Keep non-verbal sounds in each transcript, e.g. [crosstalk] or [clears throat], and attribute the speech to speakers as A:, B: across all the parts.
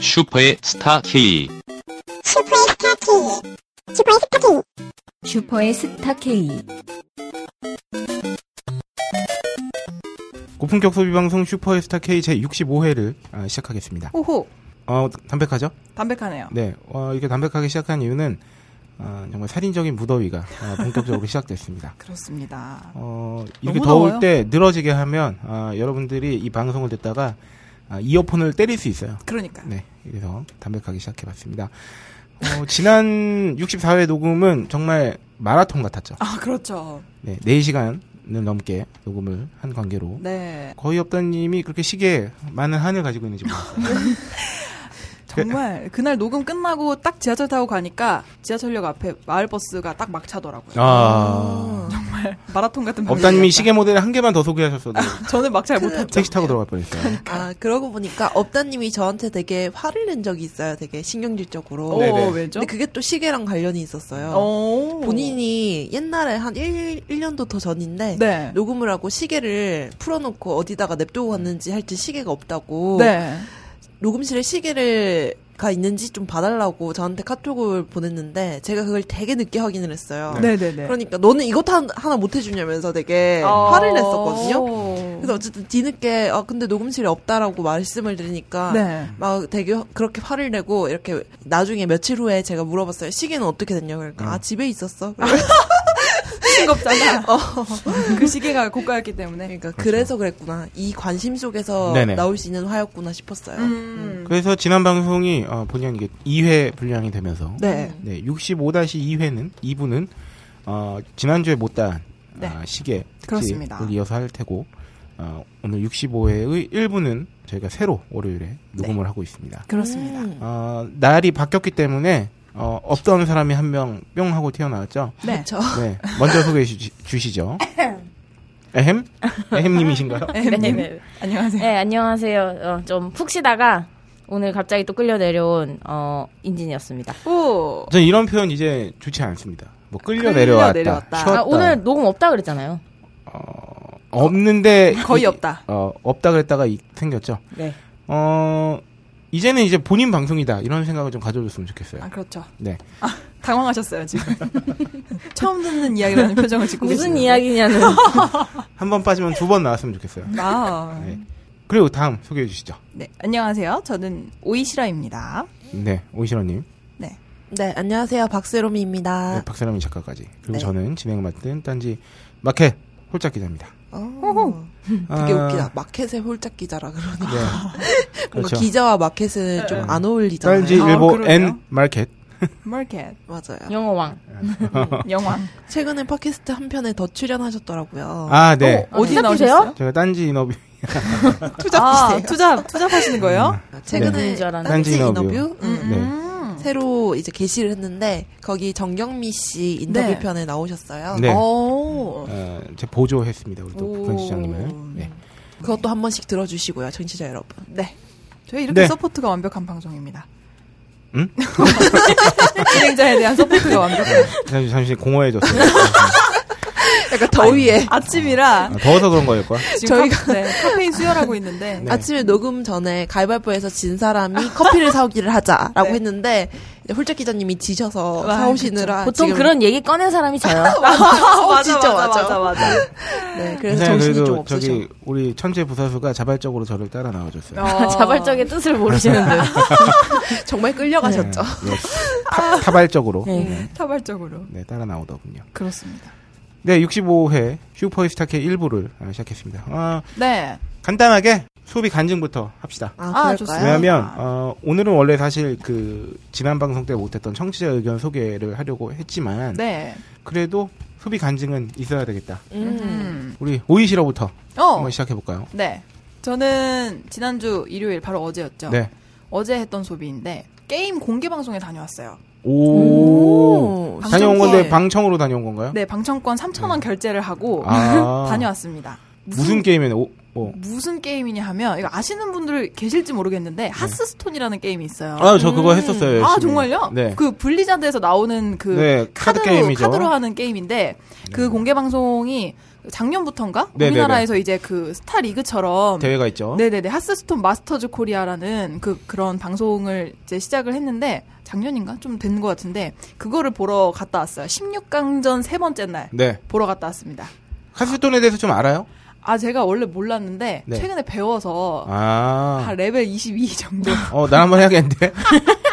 A: 슈퍼의 스타 K.
B: 슈퍼의 스타 K. 슈퍼의 스타 K.
C: 슈퍼의 스타 K.
D: 고품격 소비 방송 슈퍼에스타 K 제 65회를 아, 시작하겠습니다.
E: 호호
D: 어 담백하죠?
E: 담백하네요.
D: 네. 어, 이렇게 담백하게 시작한 이유는 아, 정말 살인적인 무더위가 아, 본격적으로 [laughs] 시작됐습니다.
E: 그렇습니다.
D: 어, 이렇게
E: 너무
D: 더울
E: 더워요.
D: 때 늘어지게 하면 아, 여러분들이 이 방송을 듣다가 아, 이어폰을 때릴 수 있어요.
E: 그러니까 요
D: 네. 그래서 담백하게 시작해봤습니다. 어, 지난 [laughs] 64회 녹음은 정말 마라톤 같았죠.
E: 아 그렇죠.
D: 네. 4시간을 넘게 녹음을 한 관계로
E: 네
D: 거의 없다님이 그렇게 시계에 많은 한을 가지고 있는지 모르겠어요.
E: 정말 그날 녹음 끝나고 딱 지하철 타고 가니까 지하철역 앞에 마을버스가 딱 막차더라고요.
D: 아.
E: 마라톤 같은
D: 업다님이
E: 방식이었다.
D: 시계 모델 한 개만 더 소개하셨어도
E: 저는 막
F: 그
E: 잘 못했죠.
D: 택시 타고 들어갈
E: [laughs]
D: 뻔했어요.
F: 아, 그러고 보니까 업다님이 저한테 되게 화를 낸 적이 있어요. 되게 신경질적으로.
E: 오
D: 네네.
E: 왜죠?
F: 근데 그게 또 시계랑 관련이 있었어요.
E: 오.
F: 본인이 옛날에 한 1, 년도더 전인데
E: 네.
F: 녹음을 하고 시계를 풀어놓고 어디다가 냅두고 갔는지 할지 시계가 없다고
E: 네.
F: 녹음실에 시계를 가 있는지 좀 봐달라고 저한테 카톡을 보냈는데 제가 그걸 되게 늦게 확인을 했어요.
E: 네네네.
F: 그러니까 너는 이것 한- 하나 못 해주냐면서 되게
E: 아.
F: 화를 냈었거든요.
E: 그래서
F: 어. 그래서 어쨌든 뒤늦게 아 근데 녹음실에 없다라고 말씀을 드리니까
E: 네.
F: 막 되게 그렇게 화를 내고 이렇게 나중에 며칠 후에 제가 물어봤어요 시계는 어떻게 됐냐
D: 음.
F: 그러니까 아 집에
D: [laughs]
F: 있었어 그래서
E: [laughs] 싱겁잖아. 그 시계가 고가였기 때문에.
F: 그러니까 그래서 그랬구나 이 관심 속에서
D: 그렇죠. 네네.
F: 나올 수 있는 화였구나 싶었어요
E: 음.
D: 그래서 지난 방송이 어, 본의 아니게 2회 분량이 되면서
E: 네.
D: 네, 65-2회는 2부는 어, 지난주에 못다한
E: 네.
D: 아, 시계
E: 그렇습니다.
D: 를 이어서 할 테고 어, 오늘 65회의 1부는 저희가 새로 월요일에 녹음을
E: 네.
D: 하고 있습니다.
E: 그렇습니다.
F: 음,
D: 어, 날이 바뀌었기 때문에 어, 없던 사람이 한 명 뿅 하고 튀어나왔죠.
E: 네.
F: 그렇죠
D: 네, 먼저 소개해 주시, 죠 에헴? 에헴님이신가요?
E: 엠님 네. 안녕하세요.
G: 네, 안녕하세요. 어, 좀 푹 쉬다가 오늘 갑자기 또 끌려 내려온 어, 인진이었습니다.
F: 네.
E: 오.
D: 전 이런 표현 이제 좋지 않습니다. 뭐 끌려
E: 끌려
D: 내려왔다.
E: 내려왔다.
D: 쉬었다.
G: 아, 오늘 녹음 없다 그랬잖아요.
D: 어, 없는데
E: 거의
D: 이-
E: 없다.
D: 어, 없다 그랬다가 이- 생겼죠.
G: 네.
D: 어, 이제는 이제 본인 방송이다 이런 생각을 좀 가져줬으면
E: 아
D: 좋겠어요.
E: 그렇죠.
D: 네.
E: 당황하셨어요 지금. 처음 듣는 이야기라는 표정을 짓고
G: 무슨
E: 계시네요.
F: [laughs]
G: 이야기냐는.
D: 한 번 빠지면 두 번 나왔으면 좋겠어요.
E: 아.
D: 네. 그리고 다음 소개해 주시죠.
E: 네, 안녕하세요. 저는 오이시라입니다.
D: 네, 오이시러님,
E: 네.
F: 네 안녕하세요 박세롬이입니다
D: 네, 박세람이 작가까지 그리고
F: 아. 네.
D: 저는 진행 맡은 딴지 마켓 홀짝 기자입니다.
F: 어, 되게
D: 아,
F: 웃기다 마켓의 홀짝 기자라 그러니
D: 네.
F: [laughs] 뭔가
D: 그렇죠.
F: 기자와 마켓은
D: 네.
F: 좀 안 어울리잖아요
D: 딴지
E: 아,
D: 일보
E: 그러네요.
D: 앤 마켓. [laughs]
E: 마켓
F: 맞아요
G: 영어왕.
E: 영화.
F: 최근에 팟캐스트 한 편에 더 출연하셨더라고요
D: 아, 네.
G: 어,
E: 어디
G: 투잡
E: 나오셨어요?
D: 제가 딴지 인터뷰
E: 투잡 아, 투잡 투잡하시는 거예요?
F: 최근에
G: 뭔지 알았네.
F: 딴지
D: 딴지
F: 인터뷰
D: 인터뷰.
F: 음.
D: 네.
E: 음.
F: 새로 이제 게시를 했는데 거기 정경미 씨 인터뷰
E: 네.
F: 편에 나오셨어요.
D: 네.
E: 오.
D: 어, 제 보조했습니다. 우리 또
E: 오.
D: 북한 시장님을. 네.
F: 그것도 한 번씩 들어주시고요, 청취자 여러분.
E: 네. 저희 이렇게
D: 네. 음?
E: 서포트가 완벽한 방송입니다.
D: 응?
E: [laughs] 진행자에 대한
D: [laughs]
E: 서포트가 완벽한.
F: 네.
D: 잠시, 잠시 공허해졌어요.
F: 약간 그러니까 더위에
E: 아침이라
D: 아, 더워서 그런 거일 거야.
E: 지금 저희가 네, 카페인 수혈하고 있는데
D: 네.
F: 아침에 녹음 전에 가위바위보에서 진 사람이 커피를 [laughs] 사오기를 하자라고
E: 네.
F: 했는데 이제 홀짝 기자님이 지셔서
E: 와,
F: 사오시느라
G: 보통
F: 아, 지금- [laughs] 어.
G: 그런 얘기 꺼낸 사람이 저요.
E: 아,
F: 맞아, 맞아, 맞아,
E: 맞아.
F: 네, [laughs] 그래서
D: 네,
F: 정신이 좀
D: 그래도
F: 없으셔.
D: 저기 우리 천재 부사수가 자발적으로 저를 따라 나와줬어요.
F: 아,
G: 아, 자발적인 뜻을
F: [laughs]
G: 모르시는데.
F: 정말
D: 네,
F: 끌려가셨죠.
D: 네. 타, 타발적으로
G: 네.
D: 네.
E: 타발적으로.
D: 네, 따라 나오더군요.
E: 그렇습니다.
D: 네, 65회 슈퍼스타K 1부를 시작했습니다. 아,
E: 네.
D: 간단하게 소비 간증부터 합시다.
F: 아,
E: 아,
F: 그럴까요?
E: 좋습니다.
D: 왜냐하면 어, 오늘은 원래 사실 그 지난 방송 때 못했던 청취자 의견 소개를 하려고 했지만
E: 네.
D: 그래도 소비 간증은 있어야 되겠다.
F: 음.
E: 음.
D: 우리 오이시로부터
E: 어.
D: 한번 뭐 시작해 볼까요?
E: 네. 저는 지난주 일요일 바로 어제였죠.
D: 네.
E: 어제 했던 소비인데 게임 공개 방송에 다녀왔어요.
D: 오.
F: 오,
D: 다녀온
F: 방청객.
D: 건데 방청으로 다녀온 건가요?
E: 네, 방청권 3,000원 결제를 하고
D: 어? 아.
E: [laughs] 다녀왔습니다.
D: 무슨 게임에 오, 뭐. 오.
E: 무슨 게임이냐 하면 이거 아시는 분들 계실지 모르겠는데 하스스톤이라는 게임이 있어요.
D: 네. 아, 저 그거 했었어요. 열심히.
E: 아, 정말요?
D: 네.
E: 그 블리자드에서 나오는 그
D: 네, 카드
E: 카드로
D: 게임이죠. 네.
E: 카드로 하는 게임인데 그 공개 방송이 작년부터인가
D: 네네네.
E: 우리나라에서 이제 그 스타 리그처럼
D: 대회가 있죠.
E: 네네네 하스스톤 마스터즈 코리아라는 그 그런 방송을 이제 시작을 했는데 작년인가 좀 된 것 같은데 그거를 보러 갔다 왔어요. 16강전 세 번째 날
D: 네.
E: 보러 갔다 왔습니다.
D: 카스톤에 대해서 좀 알아요?
E: 아 제가 원래 몰랐는데
D: 네.
E: 최근에 배워서
D: 아.
E: 한 레벨 22 정도
D: 어, 나 한번 해야겠는데?
E: [laughs]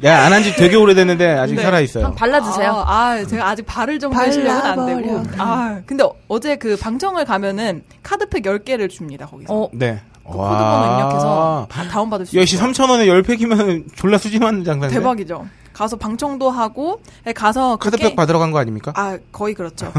D: 내가 안 한 지 되게 오래됐는데 아직
E: 네.
D: 살아있어요.
G: 한번 [laughs] 발라주세요.
E: 아, 아, 제가 아직 바를 정도의 실력은 안 되고. 아, 근데 어제 그 방청을 가면은 카드팩 10개를 줍니다, 거기서.
G: 어,
D: 네.
E: 그 코드번호 입력해서 다- 다운받을 수
D: 야, 씨,
E: 있어요.
D: 3,000원에 10팩이면 [laughs] 졸라 수지만 장사인데.
E: 대박이죠. 가서 방청도 하고, 가서 그
D: 카드팩
E: 게-
D: 받으러 간 거 아닙니까?
E: 아, 거의 그렇죠.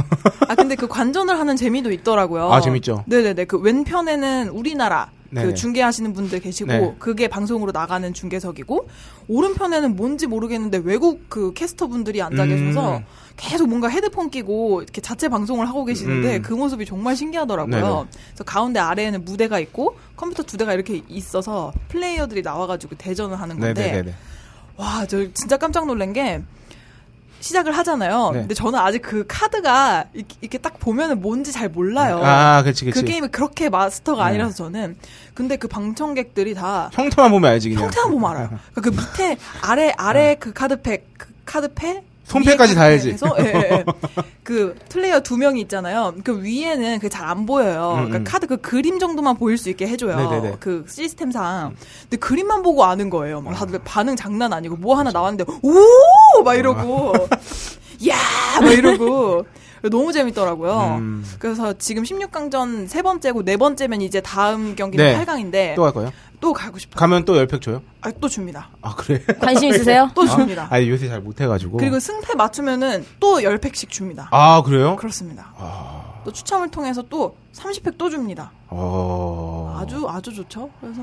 E: 아, 근데 그 관전을 하는 재미도 있더라고요.
D: 아, 재밌죠.
E: 네네네. 그 왼편에는 우리나라
D: 네네.
E: 그 중계하시는 분들 계시고,
D: 네.
E: 그게 방송으로 나가는 중계석이고, 오른편에는 뭔지 모르겠는데 외국 그 캐스터 분들이 앉아
D: 음.
E: 계셔서 계속 뭔가 헤드폰 끼고 이렇게 자체 방송을 하고 계시는데
D: 음.
E: 그 모습이 정말 신기하더라고요.
D: 네네.
E: 그래서 가운데 아래에는 무대가 있고 컴퓨터 두 대가 이렇게 있어서 플레이어들이 나와가지고 대전을 하는 건데
D: 네네네네.
E: 와, 저 진짜 깜짝 놀란 게 시작을 하잖아요.
D: 네.
E: 근데 저는 아직 그 카드가 이- 이렇게 딱 보면은 뭔지 잘 몰라요.
D: 아, 그치, 그치.
E: 그 게임이 그렇게 마스터가
D: 네.
E: 아니라서 저는 근데 그 방청객들이 다
D: 형태만 보면 알지, 그냥.
E: 형태만 보면 알아요. 그러니까 그 밑에 아래 아래 그 카드팩 그 카드팩
D: 네. 손패까지
E: 위에
D: 다 해야지.
E: 카드팩에서, 예, 예, 예. 그 플레이어 두 명이 있잖아요. 그 위에는 그게 잘 안 보여요.
D: 음,
E: 그러니까
D: 음.
E: 카드 그 그림 정도만 보일 수 있게 해줘요.
D: 네네네.
E: 그 시스템상. 근데 그림만 보고 아는 거예요. 막 다들 반응 장난 아니고 뭐 하나 나왔는데 오! 막 이러고
D: 아.
E: 야! 막 이러고 너무 재밌더라고요.
D: 음.
E: 그래서 지금 16강전 세 번째고 네 번째면 이제 다음 경기는
D: 네.
E: 8강인데 또,
D: 또갈 거예요?
E: 가고 싶다.
D: 가면 또 10팩 줘요?
E: 아, 또 줍니다.
D: 아, 그래?
G: 관심 있으세요?
E: 또
D: 아,
E: 줍니다.
D: 아니, 요새 잘 못해가지고.
E: 그리고 승패 맞추면은 또 10팩씩 줍니다.
D: 아, 그래요?
E: 그렇습니다. 또 추첨을 통해서 또 30팩 또 줍니다.
D: 어.
E: 아주 아주 좋죠. 그래서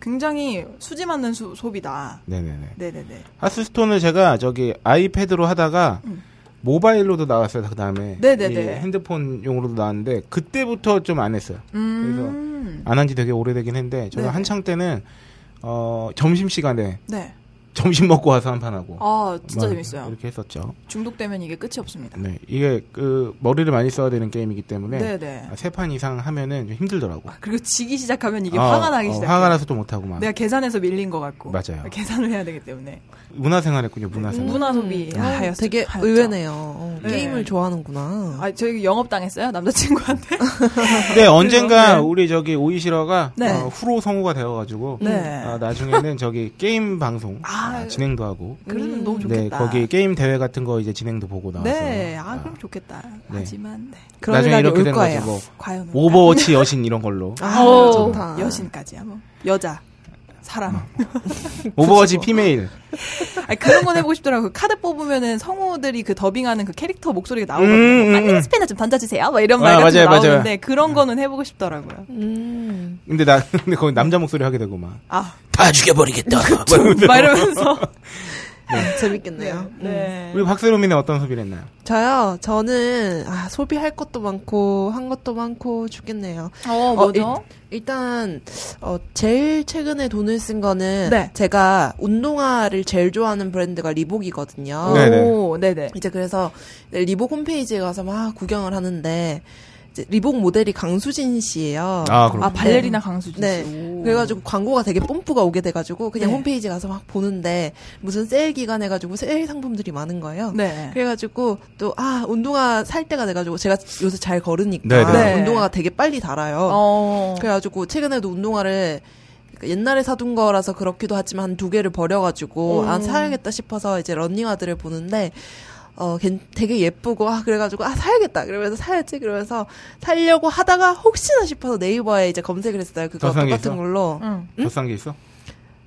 E: 굉장히 수지 맞는 수- 소비다.
D: 네네네.
E: 네네네.
D: 하스스톤을 제가 저기 아이패드로 하다가
E: 음.
D: 모바일로도 나왔어요. 그 다음에
E: 네네네.
D: 핸드폰용으로도 나왔는데 그때부터 좀 안 했어요.
E: 음.
D: 안 한 지 되게 오래되긴 했는데 저는
E: 네네.
D: 한창 때는 어 점심 시간에
E: 네.
D: 점심 먹고 와서 한 판 하고
E: 아 진짜
D: 막
E: 재밌어요.
D: 뭐, 이렇게 했었죠.
E: 중독되면 이게 끝이 없습니다.
D: 네 이게 그 머리를 많이 써야 되는 게임이기 때문에 아,
E: 네네.
D: 세 판 이상 하면은 좀 힘들더라고.
E: 그리고 지기 시작하면 이게
D: 어,
E: 화가 나기 네.
D: 어,
E: 시작.
D: 화가 나서 또 못하고 막
E: 내가 계산해서 밀린 것 같고.
D: 맞아요.
E: 계산을 해야 되기 때문에.
D: 문화생활했군요 음. 문화생활.
E: 문화 소비.
F: 아,
E: 아, 하였-
F: 되게
E: 하였죠.
F: 의외네요. 어,
E: 네.
F: 게임을 좋아하는구나.
E: 아, 저희 영업 당했어요 남자친구한테.
D: 네 언젠가
E: 네.
D: 우리 저기 오이시러가
E: 네.
D: 어, 후로 성우가 되어가지고
E: 네.
D: 아, 나중에는 저기 게임 방송
E: [laughs] 아,
D: 아, 진행도 하고
E: [laughs] 그러면 너무
D: 네
E: 좋겠다.
D: 거기 게임 대회 같은 거 이제 진행도 보고 나와서 아,
E: 네, 아, 그럼 좋겠다. 하지만 네.
F: 그런
D: 나중에
F: 날이
D: 이렇게
F: 올
D: 되는
F: 거예요.
D: 거지 뭐
E: 과연 올까?
D: 오버워치 여신 이런 걸로
F: 아,
G: 오.
F: 좋다.
E: 여신까지야 뭐 여자
D: 음.
E: 사람
D: 오버워치 피메일
E: [laughs] 아니, 그런 건 해보고 싶더라고 요 카드 뽑으면은 성우들이 그 더빙하는 그 캐릭터 목소리가
D: 음,
E: 나오거든요
D: 음,
E: 빨리
D: 음.
E: 스페나 좀 던져주세요 막 이런
D: 아,
E: 말 같은
D: 맞아요,
E: 거 나오는데
D: 맞아요. 음.
E: 그런 거는 해보고 싶더라고요
F: 음.
D: 근데 나 [laughs] 근데 거기 남자 목소리 하게 되고 막
E: 아
A: 다
E: [laughs]
A: 죽여버리겠다.
D: 뭐
E: 막 이러면서
F: 재밌겠네요. 음.
E: 네.
D: 우리 박세롬이는 어떤 소비를 했나요?
F: 저요, 저는, 아, 소비할 것도 많고, 한 것도 많고, 죽겠네요.
E: 어
F: 어, 일, 단 어, 제일 최근에 돈을 쓴 거는,
E: 네.
F: 제가 운동화를 제일 좋아하는 브랜드가 어, 리복이거든요.
D: 네. 네네.
E: 오 어, 네네 아,
F: 이제 그래서 리복 홈페이지에 가서 막 구경을 하는데, 이제 리복 모델이 강수진 씨예요.
D: 아
E: 아
D: 그럼
E: 발레리나 강수진
F: 네.
E: 씨 오.
F: 그래가지고 광고가 되게 뽐뿌가 오게 돼가지고 그냥
E: 네.
F: 홈페이지 가서 막 보는데 무슨 세일 기간 해가지고 세일 상품들이 많은 거예요.
E: 네
F: 그래가지고 또 아 운동화 살 때가 돼가지고 제가 요새 잘 걸으니까
D: 네,
E: 네.
F: 운동화가 되게 빨리 닳아요.
E: 어.
F: 그래가지고 최근에도 운동화를 그러니까 옛날에 사둔 거라서 그렇기도 하지만 한 두 개를 버려가지고 아 사야겠다 싶어서 이제 러닝화들을 보는데 어 괜- 되게 예쁘고 아 그래가지고 아 사야겠다 그러면서 사야지 그러면서 살려고 하다가 혹시나 싶어서 네이버에 이제 검색을 했어요 그거
D: 저상에
F: 똑같은
D: 있어?
F: 걸로
E: 응.
D: 더싼게 있어?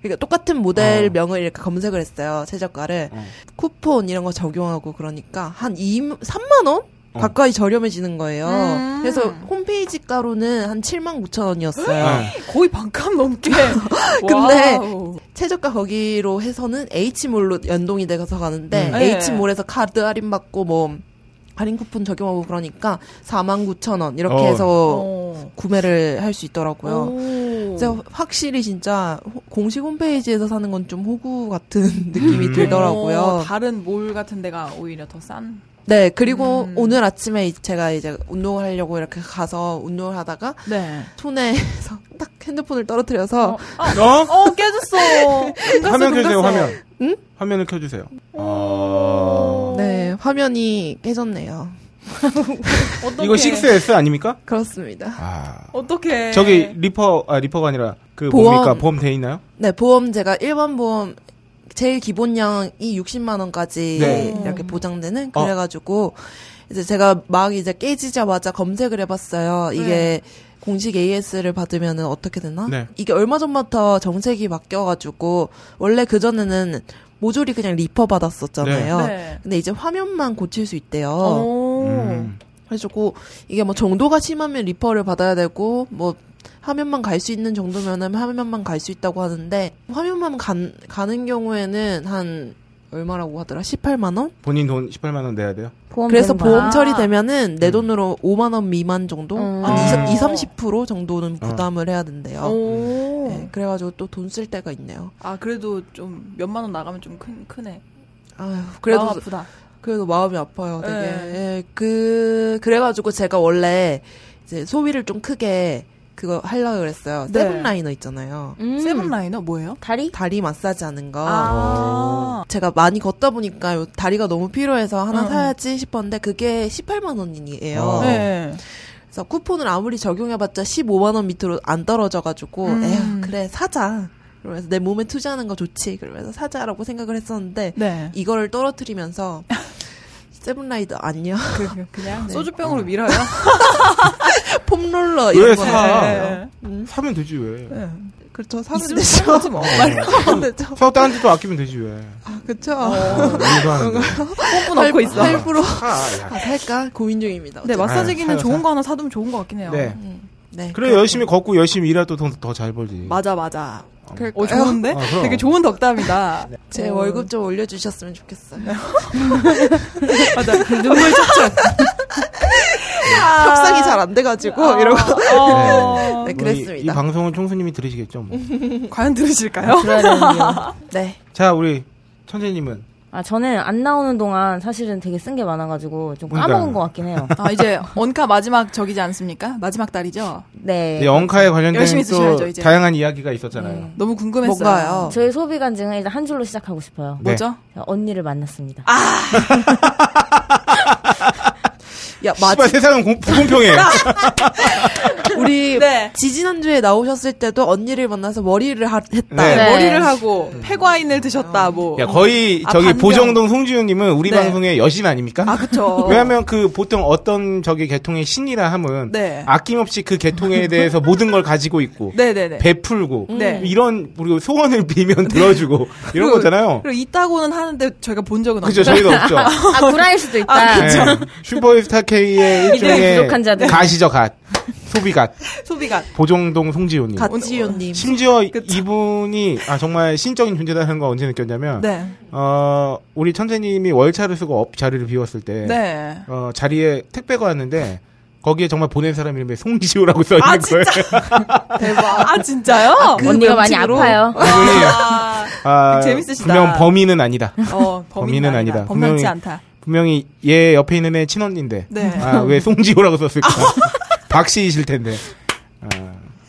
F: 그러니까 똑같은 모델
D: 어.
F: 명을 이렇게 검색을 했어요 최저가를
D: 어.
F: 쿠폰 이런 거 적용하고 그러니까 한 2, 3만 원
D: 어.
F: 가까이 저렴해지는 거예요.
E: 음.
F: 그래서 홈페이지 가로는 한 7만 9천 원이었어요.
D: 네.
E: 거의 반값 넘게
F: [laughs] 근데
E: 와우.
F: 최저가 거기로 해서는 H몰로 연동이 돼서 가는데
D: 음.
E: 네.
F: H몰에서 카드 할인 받고 뭐 할인 쿠폰 적용하고 그러니까 4만 9천 원 이렇게
D: 어.
F: 해서
E: 어.
F: 구매를 할 수 있더라고요.
E: 오.
F: 그래서 확실히 진짜 호- 공식 홈페이지에서 사는 건 좀 호구 같은 [laughs] 느낌이
D: 음.
F: 들더라고요.
E: 어, 다른 몰 같은 데가 오히려 더 싼.
F: 네, 그리고 오늘 아침에 이- 제가 이제 운동을 하려고 이렇게 가서 운동을 하다가
E: 네.
F: 손에서 [laughs] 딱 핸드폰을 떨어뜨려서
D: 어?
E: 어 깨졌어.
D: 화면 켜주세요,
F: 네,
D: 화면.
F: 응?
D: 화면을 켜주세요. 아...
F: 네, 화면이 깨졌네요.
D: 이거 6S 아닙니까?
F: 그렇습니다.
D: 아.
E: 어떻게? 네.
D: 저기 리퍼, 아, 리퍼가 아니라 그
F: 보험.
D: 뭡니까? 보험 돼 있나요?
F: 네, 보험 제가 일반 보험 제일 기본량이 60만 원까지
D: 네.
F: 이렇게 보장되는
D: 어.
F: 그래가지고 이제 제가 막 이제 깨지자마자 검색을 해봤어요.
E: 네.
F: 이게 공식 AS를 받으면 어떻게 되나?
D: 네.
F: 이게 얼마 전부터 정책이 바뀌어가지고 원래 그 전에는 모조리 그냥 리퍼 받았었잖아요.
E: 네. 어.
F: 근데 이제 화면만 고칠 수 있대요.
E: 오.
D: 음.
F: 그래가지고 이게 뭐 정도가 심하면 리퍼를 받아야 되고 뭐 화면만 갈 수 있는 정도면은 화면만 갈 수 있다고 하는데 화면만 간- 가는 경우에는 한 얼마라고 하더라? 18만 원?
D: 본인 돈 18만원 내야 돼요?
G: 보험
F: 그래서
G: 되는 거야.
F: 보험 처리되면은 내 돈으로 5만 원 미만 정도,
G: 음.
F: 한 20,
E: 아.
F: 30% 정도는 부담을 해야 된대요.
E: 오.
F: 어. 네, 그래가지고 또 돈 쓸 때가 있네요.
E: 아 그래도 좀 몇만 원 나가면 좀 큰 크네.
F: 아휴,
E: 그래도
F: 그래도
E: 마음 아프다.
F: 그래도 마음이 아파요, 되게.
E: 네.
F: 예, 그, 그래가지고 제가 원래 이제 소비를 좀 크게 그거 하려고 그랬어요.
E: 네.
F: 세븐라이너 있잖아요.
G: 음.
E: 세븐 라이너 뭐예요?
G: 다리?
F: 다리 마사지 하는 거.
E: 아.
F: 제가 많이 걷다 보니까 요 다리가 너무 필요해서 하나
E: 응.
F: 사야지 싶었는데 그게 18만 원이에요.
D: 어.
E: 네.
F: 그래서 쿠폰을 아무리 적용해봤자 15만 원 밑으로 안 떨어져가지고
E: 음.
F: 에휴 그래 사자. 그러면서 내 몸에 투자하는 거 좋지. 그러면서 사자라고 생각을 했었는데
E: 네.
F: 이거를 떨어뜨리면서 [laughs] 세븐라이더 안녕.
E: 그,
F: 네.
E: 그냥 소주병으로 밀어요.
F: 폼롤러
D: 왜
F: 이런 거.
D: 사?
F: [laughs] 하잖아요.
E: 네.
D: 사면 되지, 왜?
E: 네.
F: 그렇죠. 네. 사면
E: 있으면
F: 되죠.
E: 사지 뭐.
F: 사면 되죠.
D: 사고 다른 데도 아끼면 되지, 왜? 어,
F: 아, 그쵸.
D: 일도 하는데.
E: 뽀뽀 넣고 어. 있어.
F: 8%.
D: 아, 야.
F: 아, 살까? 고민 중입니다.
E: 네, 마사지기는
D: 사요,
E: 좋은
D: 사요.
E: 거 하나 사두면 좋은 거 같긴 해요.
D: 네.
F: 네.
D: 그래 열심히 걷고 열심히 일해도 돈더잘 벌지.
E: 맞아, 맞아.
F: 그럴
E: 어,
F: 거예요.
E: 좋은데?
D: 아, 그럼. 네.
E: 되게
D: [laughs]
E: 좋은 덕담이다.
F: 제
E: 어.
F: 월급 좀 올려주셨으면 좋겠어요.
E: 맞아. 그 눈물 척척. 아.
D: 아.
F: 협상이 잘 안 돼가지고, 이러고.
E: 어.
D: 뭐 이,
F: 네,
D: 이
F: 그랬습니다.
D: 방송은 총수님이 들으시겠죠. 뭐.
E: 과연
D: 아,
E: 들으실까요?
G: 들어야 되는데요.
F: 네.
D: 자 우리 천재님은
G: 아 저는 안 나오는 동안 사실은 되게 쓴 게 많아가지고 좀 까먹은
D: 그러니까요.
G: 것 같긴
F: [laughs]
G: 해요.
E: [laughs] 아, 이제 원카 마지막 적이지 않습니까? 마지막 달이죠?
G: 네.
D: 이 영카에 관련된
E: 열심히
D: 또
E: 쓰셔야죠, 음. 이제.
D: 다양한 이야기가 있었잖아요.
E: 너무 궁금했어요.
F: 뭔가요?
G: 저희 소비 간증은 일단 한 줄로 시작하고 싶어요.
D: 네.
E: 뭐죠?
G: 언니를 만났습니다.
F: [laughs] 야, 맞아.
D: 씨발 세상은 고- 불공평해.
E: 아, [laughs]
F: 우리
E: 네.
F: 지지난주에 나오셨을 때도 언니를 만나서 머리를 하- 했다.
D: 네. 음.
G: 네.
E: 아, 머리를 하고 폐과인을 드셨다, 뭐.
D: 야 거의
E: 아,
D: 저기
E: 반경.
D: 보정동 송지훈님은 우리
E: 네.
D: 방송의 여신 아닙니까?
E: 아, 그쵸.
D: 왜냐하면 그 보통 어떤 저기 계통의 신이라 함은
E: 네.
D: 아낌없이 그 계통에 대해서 모든 걸 가지고 있고
E: 네네네.
D: 베풀고
E: 네.
D: 이런 우리 소원을 빌면 들어주고 이런
E: 그리고-
D: 거잖아요.
E: 그리고 있다고는 하는데 저희가 본 적은
D: 그죠
E: 없죠.
D: 저희가 없죠.
G: 아 구라일 수도 있다.
D: 네. 슈퍼스타
G: [laughs] 이들의
D: K의 일종의
G: 부족한 자들.
D: 가시죠 갓 소비 갓
E: 소비가.
D: 보정동 송지호님
F: 갓지요님.
D: 심지어 이-
E: 그쵸.
D: 이분이 아 정말 신적인 존재라는 걸 언제 느꼈냐면
E: 네.
D: 어 우리 천재님이 월차를 쓰고 업 자리를 비웠을 때
E: 네.
D: 어, 자리에 택배가 왔는데 거기에 정말 보낸 사람 이름에 송지호라고 써 있는
E: 아,
D: 거예요.
E: 진짜? 대박. 아, 진짜요?
F: 그
G: 언니가 많이
F: 명칭으로?
G: 아파요.
D: 이분이
E: 아,
D: 아,
E: 재밌으시다.
D: 분명 범인은 아니다.
E: 어, 범인은
D: 범인은
E: 아니다.
D: 아니다.
E: 범상치
D: 분명히-
E: 않다.
D: 분명히 얘 옆에 있는 애 친언니인데
E: 네.
D: 아, 왜 송지호라고
E: [laughs]
D: 썼을까? 박씨이실 텐데. 아,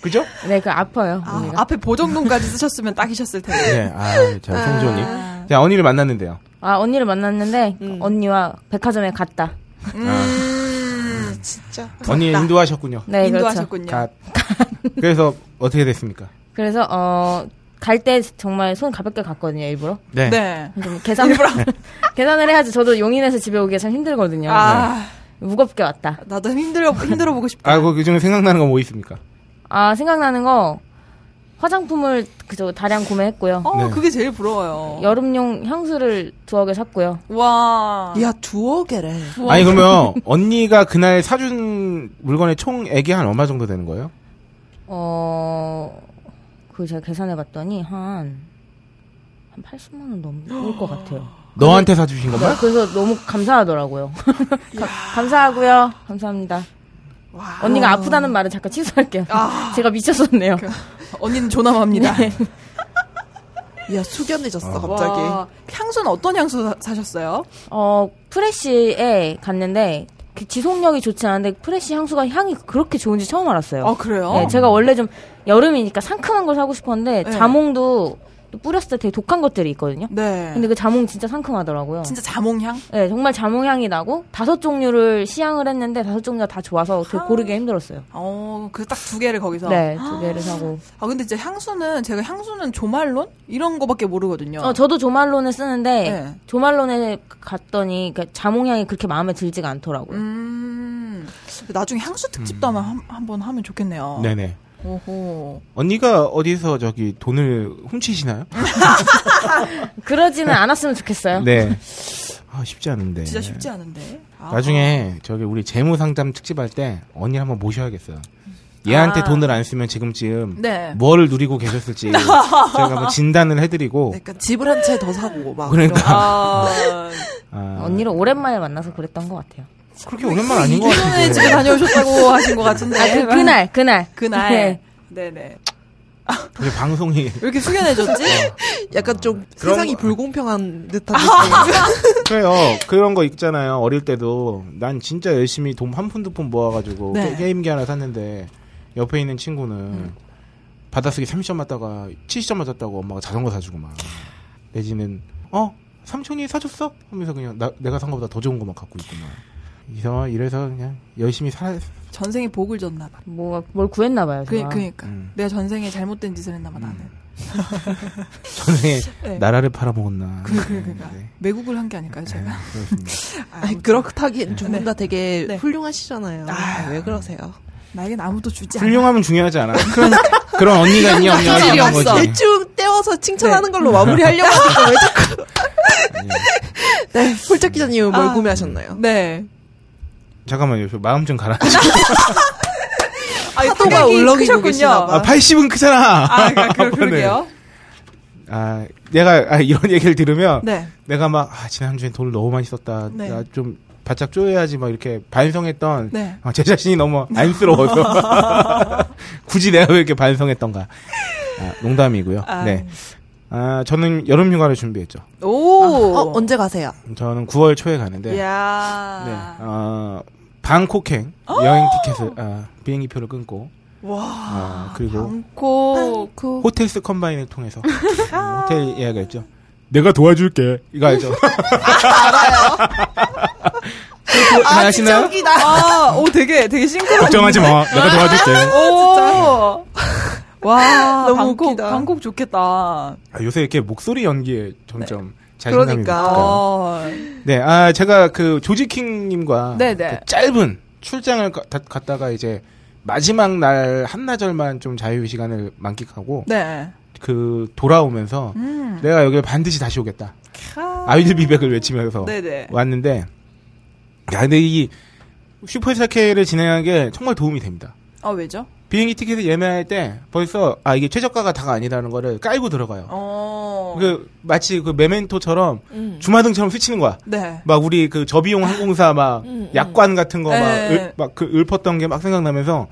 D: 그죠?
G: 네, 그 아파요.
E: 아,
G: 언니가.
E: 앞에 보정동까지 쓰셨으면 딱이셨을 텐데.
D: 네. 아, 자, 송지호님. 자, 언니를 만났는데요.
G: 아, 언니를 만났는데 그
F: 음.
G: 언니와 백화점에 갔다.
E: 음,
F: 진짜.
D: 언니 인도하셨군요.
G: 네, 그렇죠.
E: 인도하셨군요.
D: 갓. 그래서 어떻게 됐습니까?
G: 그래서 어. 갈 때 정말 손 가볍게 갔거든요, 일부러.
D: 네.
E: 네.
G: 좀 계산, [laughs] 계산을 해야지 저도 용인에서 집에 오기가 참 힘들거든요.
E: 아,
G: 무겁게 왔다.
E: 나도 힘들어, 힘들어 보고 싶다.
D: 아, 그 중에 생각나는 건 뭐 있습니까?
G: 아, 생각나는 거, 화장품을 그저 다량 구매했고요.
E: 어,
D: 네.
E: 그게 제일 부러워요.
G: 여름용 향수를 두어 개 샀고요.
E: 와.
F: 야, 두어 개래.
D: 아니, 그러면 언니가 그날 사준 물건의 총액이 한 얼마 정도 되는 거예요?
G: 어, 그 제가 계산해 봤더니 한, 한 80만원 넘을 것
E: [gasps]
G: 같아요.
D: 너한테 사주신
G: 네,
D: 건가?
G: 그래서 너무 감사하더라고요. [laughs] 가- 감사하고요. 감사합니다.
E: 와.
G: 언니가 아프다는 말은 잠깐 [laughs] 취소할게요.
E: 아.
G: 제가 미쳤었네요.
E: 언니는 존엄합니다.
F: 야 숙연해졌어
D: 어.
F: 갑자기.
E: 와, 향수는 어떤 향수 사- 사셨어요?
G: 어, 프레쉬에 갔는데 그 지속력이 좋지 않은데 프레쉬 향수가 향이 그렇게 좋은지 처음 알았어요.
E: 아 그래요?
G: 네, 제가 원래 좀 여름이니까 상큼한 걸 사고 싶었는데
E: 네.
G: 자몽도 뿌렸을 때 되게 독한 것들이 있거든요.
E: 네.
G: 근데 그 자몽 진짜 상큼하더라고요.
E: 진짜 자몽향?
G: 네, 정말 자몽향이 나고 다섯 종류를 시향을 했는데 다섯 종류가 다 좋아서 되게
E: 아.
G: 고르기 힘들었어요.
E: 어, 그 딱 두 개를 거기서.
G: 네, 두 개를 사고.
E: 아, 근데 이제 향수는, 제가 향수는 조말론? 이런 거밖에 모르거든요.
G: 어, 저도 조말론을 쓰는데
E: 네.
G: 조말론에 갔더니 그러니까 자몽향이 그렇게 마음에 들지가 않더라고요.
E: 음. 나중에 향수 특집도 아마 한- 한번 하면 좋겠네요.
D: 음. 네네.
E: 오호.
D: 언니가 어디서 저기 돈을 훔치시나요?
G: 그러지는 않았으면 좋겠어요.
D: 네. 아 쉽지 않은데.
E: 진짜 쉽지 않은데. 아.
D: 나중에 저기 우리 재무 상담 특집할 때 언니 를 한번 모셔야겠어요. 얘한테
E: 아.
D: 돈을 안 쓰면 지금쯤
E: 네.
D: 뭐를 누리고 계셨을지 제가 한번 진단을 해드리고
F: 그러니까 집을 한 채 더 사고 막.
D: 그러니까
E: 아.
D: 아,
G: 언니를 오랜만에 만나서 그랬던 것 같아요.
D: 그렇게 오랜만 아닌 것
E: 이전에 네,
D: 같은데
E: 집에 다녀오셨다고 하신 것 같은데.
G: 아, 그, 그날, 그날.
E: 네. 그날.
G: 네.
E: 네네.
D: 우리 방송이 [laughs]
E: 왜 이렇게 숙연해졌지?
D: 네.
F: 이런. [laughs] 약간 좀
D: 그런
F: 세상이
D: 거-
F: 불공평한 듯한 느낌.
D: 그래요 그런 거 있잖아요 어릴 때도 난 진짜 열심히 돈 한 푼 두 푼 모아가지고
E: 네.
D: 게- 게임기 하나 샀는데 옆에 있는 친구는 받아쓰기 30점 맞다가 70점 맞았다고 엄마가 자전거 사주고 막 내지는 어 삼촌이 사줬어 하면서 그냥 나- 내가 산 거보다 더 좋은 거만 갖고 있구만 이서 이래서 그냥 열심히 살
E: 전생에 복을 줬나 봐.
G: 뭐, 뭘 구했나봐요.
E: 그, 그니까.
D: 음.
E: 내가 전생에 잘못된 짓을 했나 봐, 나는.
D: 전에
E: [laughs] 네.
D: 나라를 팔아먹었나
E: 그, 그, 그, 그.
D: 네.
E: 매국을 한 게 아닐까요,
D: 네,
E: 제가?
D: 그렇습니다.
E: 아,
F: 아니, 그렇다기엔 두 분 다 되게
E: 네.
F: 훌륭하시잖아요.
E: 아유.
F: 왜 그러세요?
E: 나에겐 아무도 주지 않아.
D: 훌륭하면 중요하지
E: [laughs]
D: 않아. 그런, 그런 언니가 있냐, 없냐가
E: 기질이
D: 중요한
E: 없어.
D: 거지.
F: 대충 떼어서 칭찬하는 걸로 [laughs] 마무리하려고 하는데 왜 자꾸. 네, 홀짝 기자님은 뭘
E: 아.
F: 구매하셨나요?
E: 네.
D: 잠깐만요. 저 마음 좀 가라앉혀.
E: 아,
F: 파도가 울렁이고 계시나 봐.
D: 아, 80은 크잖아. [laughs]
E: 아, 그러니까 그러, 그러게요.
D: 아, 내가, 아, 이런 얘기를 들으면,
E: 네.
D: 내가 막, 아, 지난주엔 돈을 너무 많이 썼다.
E: 네.
D: 나 좀, 바짝 쪼여야지, 막, 이렇게 반성했던,
E: 네.
D: 아, 제 자신이 너무
E: [laughs]
D: 안쓰러워서. [laughs] 굳이 내가 왜 이렇게 반성했던가. 아, 농담이고요.
E: 아.
D: 네. 아, 저는 여름 휴가를 준비했죠.
E: 오.
G: 아,
F: 어, 언제 가세요?
D: 저는 9월 초에 가는데,
E: 이야.
D: 네. 어, 방콕행 여행 티켓을 아, 비행기표를 끊고
E: 와.
D: 아, 그리고
E: 방콕.
D: 호텔스 컴바인을 통해서 음, 호텔 예약했죠. 내가 도와줄게. 이거 알죠? 알아요. 하시나요?
E: 아, 오, 되게, 되게 싱크로.
D: 걱정하지 마. 내가
E: 아.
D: 도와줄게.
E: 오. [laughs] 와.
F: 너무
E: 방콕,
F: 웃기다.
E: 방콕 좋겠다.
D: 아, 요새 이렇게 목소리 연기에 점점 자신감이
F: 그러니까.
D: 붙어요.
E: 어.
D: 네, 아 제가 그 조지킹님과
E: 네, 네.
D: 그 짧은 출장을 가- 다- 갔다가 이제 마지막 날 한나절만 좀 자유 시간을 만끽하고
E: 네.
D: 그 돌아오면서
E: 음.
D: 내가 여기 반드시 다시 오겠다.
E: 아.
D: 아윌비백을 어. 외치면서
E: 네네.
D: 왔는데, 야, 근데 이 슈퍼스타K를 진행한 게 정말 도움이 됩니다.
E: 아, 왜죠?
D: 비행기 티켓을 예매할 때 벌써 아 이게 최저가가 다가 아니라는 거를 깔고 들어가요.
E: 어.
D: 그 마치 그 메멘토처럼
F: 음.
D: 주마등처럼 스치는 거야.
E: 네.
D: 막 우리 그 저비용 항공사 막
F: 음, 음.
D: 약관 같은
E: 네.
D: 거막막그 읊었던 게 막 생각나면서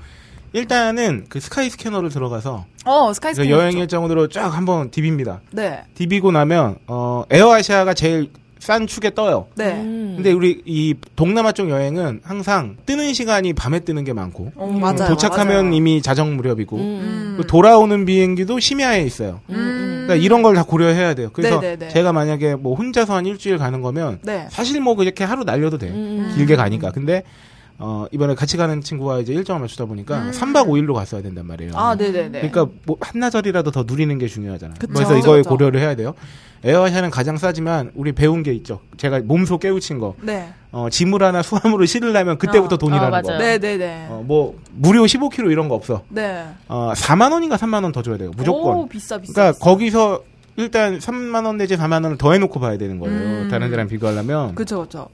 D: 일단은 그 스카이 스캐너를 들어가서
E: 어, 스카이
D: 그
E: 스카이.
D: 여행 일정으로 쫙 한번 디빕니다.
E: 네.
D: 디비고 나면 어 에어아시아가 제일 싼 축에 떠요.
E: 네.
F: 음.
G: 음.
D: 근데 우리 이 동남아 쪽 여행은 항상 뜨는 시간이 밤에 뜨는 게 많고
E: 어,
F: 맞아요.
D: 음, 도착하면
F: 맞아요.
D: 이미 자정 무렵이고
F: 음.
D: 또 돌아오는 비행기도 심야에 있어요.
E: 음.
D: 그러니까 이런 걸 다 고려해야 돼요. 그래서
E: 네네네.
D: 제가 만약에 뭐 혼자서 한 일주일 가는 거면
E: 네.
D: 사실 뭐 그렇게 하루 날려도 돼.
F: 음.
D: 길게 가니까. 근데 어 이번에 같이 가는 친구와 이제 일정을 맞추다 보니까
E: 음.
D: 삼 3박 5일로 갔어야 된단 말이에요.
E: 아, 네네네.
D: 그러니까 뭐 한나절이라도 더 누리는 게 중요하잖아요.
E: 그쵸.
D: 그래서 이거에
E: 그쵸.
D: 고려를 해야 돼요. 에어아시아는 가장 싸지만 우리 배운 게 있죠. 제가 몸소 깨우친 거.
E: 네.
D: 어, 지물 하나 수화물을 실으려면 그때부터
E: 어,
D: 돈이라는
G: 어,
D: 거.
G: 맞아요.
E: 네, 네, 네.
D: 어, 뭐 무료 15kg 이런 거 없어.
E: 네.
D: 어, 4만 원인가 3만 원 더 줘야 돼요. 무조건.
E: 오, 비싸 비싸.
D: 그러니까 거기서 일단 3만 원 내지 4만 원을 더 해놓고 봐야 되는 거예요.
E: 음.
D: 다른 데랑 비교하려면. 그...
E: 그렇죠, 그렇죠.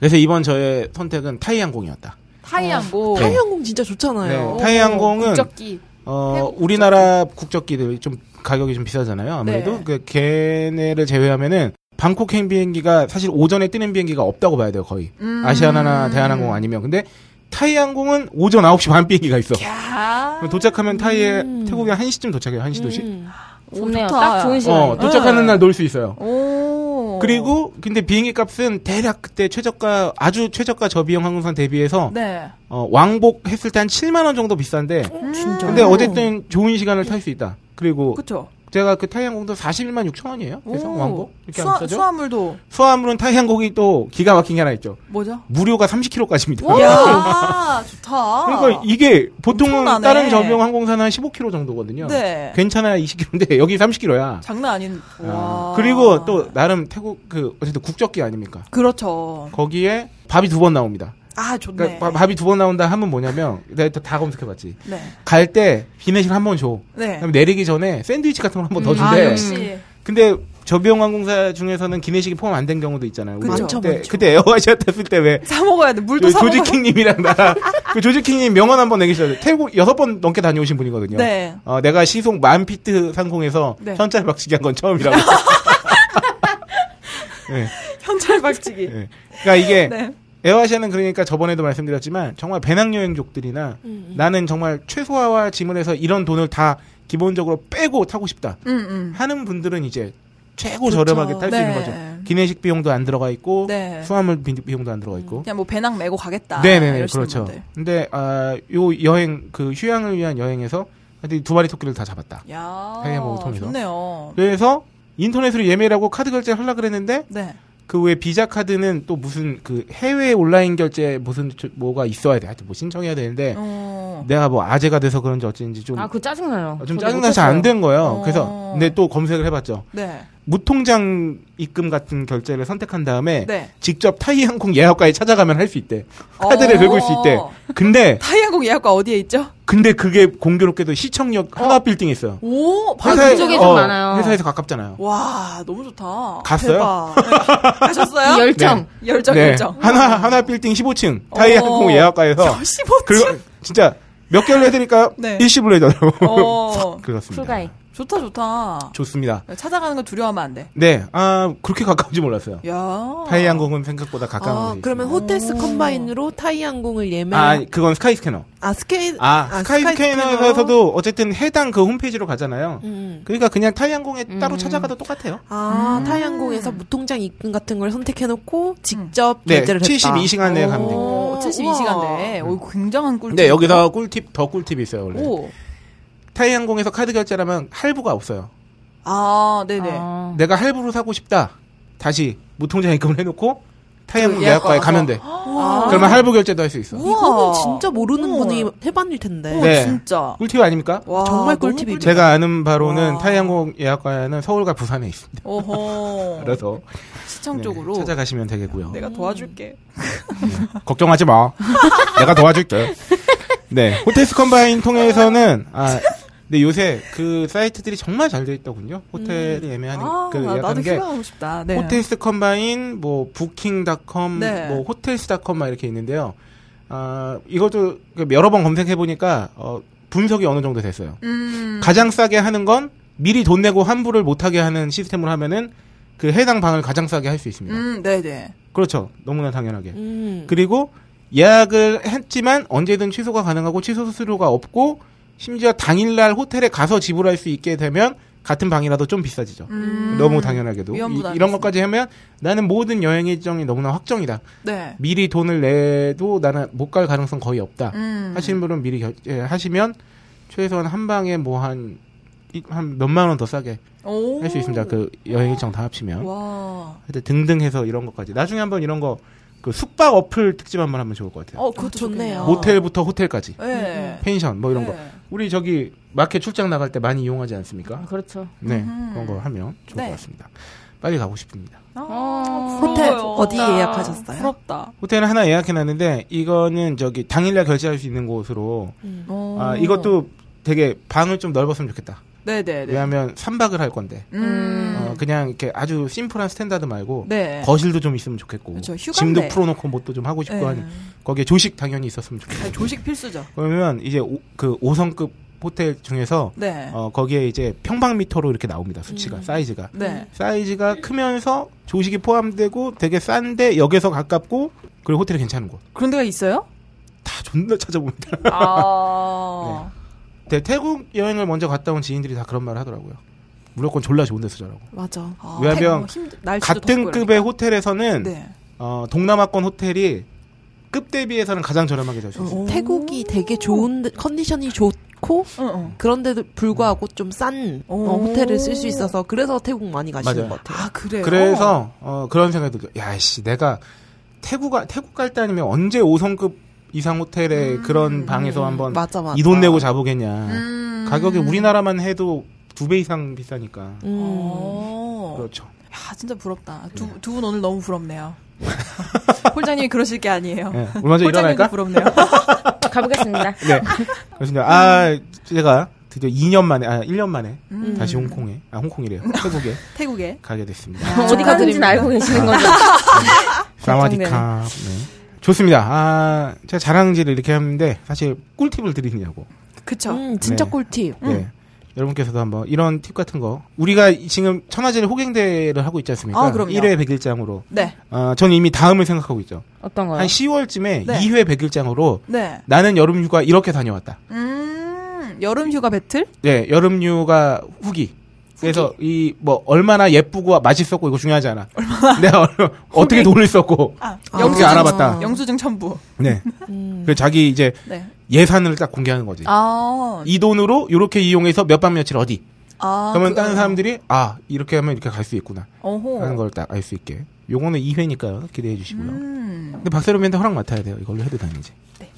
D: 래서 이번 저의 선택은 타이항공이었다.
E: 타이양고.
D: 네.
F: 타이항공 진짜 좋잖아요.
D: 네. 타이항공은
E: 국적기.
D: 어,
E: 태국
D: 우리나라 국적기들 좀 가격이 좀 비싸잖아요. 아무래도
E: 네.
D: 그 걔네를 제외하면은 방콕행 비행기가 사실 오전에 뜨는 비행기가 없다고 봐야 돼요. 거의
E: 음.
D: 아시아나나 대한항공 아니면 근데 타이항공은 오전 9시 반 비행기가 있어.
E: 야.
D: 그럼 도착하면 타이에
F: 음.
D: 태국에 1시쯤 도착해요. 1시 도시.
F: 음.
G: 좋네요.
E: 좋다.
G: 딱 좋은 시간.
D: 어,
E: 아.
D: 도착하는 날 놀 수 있어요.
E: 오.
D: 그리고 근데 비행기 값은 대략 그때 최저가 아주 최저가 저비용 항공선 대비해서
E: 네.
D: 어, 왕복 했을 때 한 7만 원 정도 비싼데
E: 음. 진짜.
D: 근데 어쨌든 좋은 시간을 탈 수 있다. 그리고
E: 그쵸.
D: 제가 그 타이항공도 41만 6천 원이에요. 그래서
E: 오.
D: 뭐 왕복 이렇게 안
E: 수화,
D: 싸죠?
E: 수화물도
D: 수화물은 타이항공이 또 기가 막힌 게 하나 있죠.
E: 뭐죠?
D: 무료가 30km까지입니다. [laughs]
E: 야 좋다.
D: 아. 그러니까 이게 보통은
E: 엄청나네.
D: 다른 저비용 항공사는 한 15km 정도거든요.
E: 네.
D: 괜찮아야 20km인데 여기 30km야.
E: 장난 아닌. 와.
D: 그리고 또 나름 태국 그 어쨌든 국적기 아닙니까?
E: 그렇죠.
D: 거기에 밥이 두 번 나옵니다.
E: 아 좋네.
D: 그러니까 밥- 밥이 두 번 나온다 하면 뭐냐면 내가 또다 검색해봤지.
E: 네.
D: 갈 때 비내실 한 번 줘.
E: 네.
D: 그다음에 내리기 전에 샌드위치 같은 걸 한 번 더
E: 아
D: 준대.
E: 역시.
D: 근데 저비용 항공사 중에서는 기내식이 포함 안 된 경우도 있잖아요. 우리
E: 그쵸.
D: 그때 그때 에어아시아 탔을 때왜
E: 사 먹어야 돼. 물도
D: 그
E: 사 먹어야
D: 조지킹님이랑 나, [laughs] 그 조지킹님 명언 한번 내기시죠. 태국 여섯 번 넘게 다녀오신 분이거든요.
E: 네.
D: 어, 내가 시속 만 피트 상공에서
E: 네.
D: 현찰 박치기 한 건
E: [laughs]
D: 처음이라고. 네,
E: 현찰 박치기.
D: 네. 그러니까 이게
E: 예. [laughs] 네.
D: 에어아시아는 그러니까 저번에도 말씀드렸지만 정말 배낭여행족들이나
E: 음,
D: 나는 정말 최소화와 짐을 해서 이런 돈을 다 기본적으로 빼고 타고 싶다
E: 음 음.
D: 하는 분들은 이제 최고
F: 그렇죠.
D: 저렴하게 탈 수 있는
E: 네.
D: 거죠. 기내식 비용도 안 들어가 있고
E: 네.
D: 수화물 비- 비용도 안 들어가 있고
E: 그냥 뭐 배낭 메고 가겠다.
D: 네네네
E: 이러시는
D: 그렇죠.
E: 분들.
D: 근데 아, 요 여행 그 휴양을 위한 여행에서 하여튼 두 마리 토끼를 다
E: 예.
D: 잡았다.
E: 야.
D: 사이에 먹고 통해서.
E: 좋네요.
D: 그래서 인터넷으로 예매를 하고 카드 결제를 하려 그랬는데
E: 네.
D: 그 외 비자 카드는 또 무슨 그 해외 온라인 결제 무슨 저- 뭐가 있어야 돼. 하여튼 뭐 신청해야 되는데
E: 어.
D: 내가 뭐 아재가 돼서 그런지 어쩐지 좀
G: 아, 그거 짜증나요.
D: 좀
G: 저도
D: 짜증나서
G: 못했어요.
D: 안 된 거예요.
E: 어.
D: 그래서 근데 또 검색을 해봤죠.
E: 네.
D: 무통장 입금 같은 결제를 선택한 다음에
E: 네.
D: 직접 타이항공 예약과에 찾아가면 할 수 있대. 카드를
E: 어.
D: 긁을 수 있대. 근데
E: 타이항공 예약과 어디에 있죠?
D: 근데 그게 공교롭게도 시청역 하나 빌딩에 있어요. 어,
E: 오, 바로
G: 회사에-
E: 그쪽에.
G: 아, 그쪽에 좀 많아요.
D: 회사에서 가깝잖아요.
E: 와, 너무 좋다.
D: 갔어요?
E: 대박. 네.
G: 이
E: 가셨어요?
G: 열정.
D: 네.
E: [laughs] 열정, 열정.
D: 하나 하나 빌딩 15층
E: 어.
D: 타이항공 예약과에서
E: 15층.
D: [laughs] 그리고 진짜 몇 개로 해드릴까요?
E: 네.
D: 일시불로 해달라고.
E: 어,
D: [laughs] 그렇습니다.
G: 풀가이.
E: 좋다, 좋다.
D: 좋습니다.
E: 찾아가는 거 두려워하면 안 돼.
D: 네, 아 그렇게 가까운지 몰랐어요.
E: 야.
D: 타이항공은 생각보다 가까운 곳에
F: 아,
D: 있어요.
F: 그러면 호텔스 컴바인으로 타이항공을 예매.
D: 아
F: 아,
D: 그건 스카이 스캐너.
F: 스케이.
D: 아, 스카이,
F: 스캐너로?
D: 스캐너에서도 어쨌든 해당 그 홈페이지로 가잖아요.
F: 음.
D: 그러니까 그냥 타이항공에 따로
G: 음.
D: 찾아가도 똑같아요.
F: 아, 타이항공에서 무통장 입금 같은 걸 선택해놓고 직접
D: 네,
F: 결제를 했다.
D: 72시간 내에 가면 됩니다.
E: 오, 어, 72시간 내. 오, 굉장한 꿀팁.
D: 네. 근데 네, 여기서 꿀팁 더 꿀팁이 있어요 원래
E: 오.
D: 타이항공에서 카드 결제라면 할부가 없어요
E: 아, 네네.
G: 아,
D: 내가 할부로 사고 싶다 다시 무통장 입금을 해놓고 타이항공
E: 그
D: 예약과에
E: 예약과
D: 가면 돼
F: 아,
E: 와.
D: 그러면 할부 결제도 할 수 있어
E: 아. 우와.
F: 이거는 진짜 모르는
E: 우와.
F: 분이 해봤을 텐데.
E: 오,
D: 네.
E: 진짜.
D: 꿀팁 아닙니까?
E: 와,
F: 정말
E: 너무
F: 꿀팁이네요.
E: 꿀팁.
D: 제가 아는 바로는
E: 와.
D: 타이항공 예약과는 서울과 부산에 있습니다
E: 오호.
D: 그래서
E: 시청
D: 네,
E: 쪽으로.
D: 찾아가시면 되겠고요
E: 어, 내가 도와줄게.
D: 걱정하지
E: [laughs]
D: 마 내가 도와줄게 네 호텔스 컴바인 통해서는 아 근데 요새 그 사이트들이 정말 잘 돼 있더군요 호텔을 예매하는
E: 아,
D: 그
E: 나- 나도
D: 예약하는 게
E: 휴가가고 싶다. 네.
D: 호텔스 컴바인, 뭐 부킹닷컴,
E: 네.
D: 뭐 호텔스닷컴 막 이렇게 있는데요. 아 이것도 그 여러 번 검색해 보니까 어, 분석이 어느 정도 됐어요.
E: 음.
D: 가장 싸게 하는 건 미리 돈 내고 환불을 못하게 하는 시스템을 하면은 그 해당 방을 가장 싸게 할 수 있습니다.
E: 음, 예. 네네.
D: 그렇죠. 너무나 당연하게.
F: 음.
D: 그리고 예약을 했지만 언제든 취소가 가능하고 취소 수수료가 없고 심지어 당일날 호텔에 가서 지불할 수 있게 되면 같은 방이라도 좀 비싸지죠.
E: 음.
D: 너무 당연하게도
E: 위험부담
D: 이, 런 것까지 하면 나는 모든 여행 일정이 너무나 확정이다.
E: 네.
D: 미리 돈을 내도 나는 못 갈 가능성 거의 없다.
E: 음.
D: 하시는 분은 미리 예, 결제하시면 최소한 한 방에 뭐 한 한 몇만 원 더 싸게 할 수 있습니다. 그 여행 일정 다 합치면
E: 와.
D: 하여튼 등등 해서 이런 것까지 나중에 한번 이런 거 그 숙박 어플 특집 한번 하면 좋을 것 같아요.
E: 어, 그것도 좋네요.
F: 좋네요.
D: 모텔부터 호텔까지
E: 네.
D: 펜션 뭐 이런
E: 네.
D: 거 우리 저기 마켓 출장 나갈 때 많이 이용하지 않습니까?
G: 그렇죠.
D: 네
E: 음.
D: 그런 거 하면 좋을
E: 네.
D: 것 같습니다. 빨리 가고 싶습니다.
E: 아,
F: 호텔
E: 부러워요.
F: 어디 예약하셨어요?
E: 부럽다.
D: 호텔을 하나 예약해놨는데 이거는 저기 당일날 결제할 수 있는 곳으로
F: 음.
D: 아 이것도 되게 방을 좀 넓었으면 좋겠다.
E: 네네네.
D: 왜냐하면 3박을 할 건데
E: 음.
D: 어, 그 그냥 이렇게 아주 심플한 스탠다드 말고
E: 네.
D: 거실도 좀 있으면 좋겠고
E: 그쵸, 휴가인데.
D: 짐도 풀어놓고 뭣도 좀 하고 싶고
E: 네.
D: 하니 거기에 조식 당연히 있었으면 좋겠고
E: 아, 조식 필수죠.
D: 그러면 이제 오- 그 5성급 호텔 중에서
E: 네.
D: 어, 거기에 이제 평방미터로 이렇게 나옵니다 수치가 사이즈가
E: 네.
D: 사이즈가 크면서 조식이 포함되고 되게 싼데 역에서 가깝고 그리고 호텔이 괜찮은 곳.
E: 그런 데가 있어요?
D: 다 존나 찾아봅니다.
E: 아. [laughs]
D: 네. 대- 태국 여행을 먼저 갔다 온 지인들이 다 그런 말을 하더라고요. 무조건 졸라 좋은 데서 자라고.
E: 맞아.
F: 아,
D: 왜냐면
E: 뭐 힘들- 날씨도
D: 같은
E: 덥고
D: 급의 호텔에서는
E: 이러니까. 네.
D: 어, 동남아권 호텔이 급 대비해서는 가장 저렴하게 잘 수 있어요.
E: 오.
F: 태국이 되게 좋은 데- 컨디션이 좋고
E: 응,
D: 네.
E: 응.
F: 그런데도 불구하고 좀 싼 어,
E: 오.
F: 호텔을 쓸 수 있어서 그래서 태국 많이 가시는
D: 맞아요.
F: 것 같아요.
E: 아 그래요.
D: 그래서 어, 그런 생각이 들죠. 야씨 내가 태국 가- 태국 갈 때 아니면 언제 5성급 이상 호텔에 그런 방에서 한번
F: 음, 맞아 맞아.
D: 이 돈 내고 자보겠냐.
E: 음.
D: 가격이 우리나라만 해도 두 배 이상 비싸니까.
F: 음.
E: 어.
D: 그렇죠.
E: 야, 진짜 부럽다. 두
D: 네.
E: 두 분 오늘 너무 부럽네요. [laughs] 홀장님이 그러실 게 아니에요.
D: 예, 우리 먼저
E: 홀장님도
D: 일어날까?
E: 어. 부럽네요.
D: [laughs]
G: 가보겠습니다.
D: 네. 그래서 이제 아 제가 드디어 2년 만에 아 1년 만에
E: 음.
D: 다시 홍콩에 아 홍콩이래요 태국에
E: 태국에.
D: 가게 됐습니다.
G: 어디 가는지는 알고 계시는 거죠?
D: 사와디카. 네. 좋습니다. 아 제가 자랑질을 이렇게 하는데 사실 꿀팁을 드리냐고.
E: 그쵸.
F: 음, 진짜
D: 네.
E: [laughs]
F: 꿀팁.
D: 네. 여러분께서도 한번 이런 팁 같은 거 우리가 지금 천하제일 호갱대를 하고 있지 않습니까?
E: 아, 그럼요.
D: 1회 100일장으로.
E: 네.
D: 아, 저는 이미 다음을 생각하고 있죠.
G: 어떤 거요?
D: 한 10월쯤에
E: 네.
D: 2회 100일장으로
E: 네.
D: 나는 여름 휴가 이렇게 다녀왔다.
E: 음, 여름 휴가 배틀?
D: 네, 여름 휴가 후기. 그래서 이 뭐 얼마나 예쁘고 맛있었고 이거 중요하지 않아. 내가 얼- 어떻게 돈을 썼고.
E: 아,
F: 아,
D: 어떻게
E: 영수증,
D: 알아봤다.
E: 영수증 첨부.
D: 네.
F: 음.
D: 그 자기 이제
E: 네.
D: 예산을 딱 공개하는 거지.
E: 아,
D: 네. 이 돈으로 이렇게 이용해서 몇 밤 며칠 어디.
E: 아.
D: 그러면
E: 그-
D: 다른 사람들이 아 이렇게 하면 이렇게 갈 수 있구나 하는
E: 어호.
D: 걸 딱 알 수 있게. 요거는 2회니까요. 기대해 주시고요.
E: 음.
D: 근데 박세롬이한테 허락 맡아야 돼요. 이걸로 해도 되는지.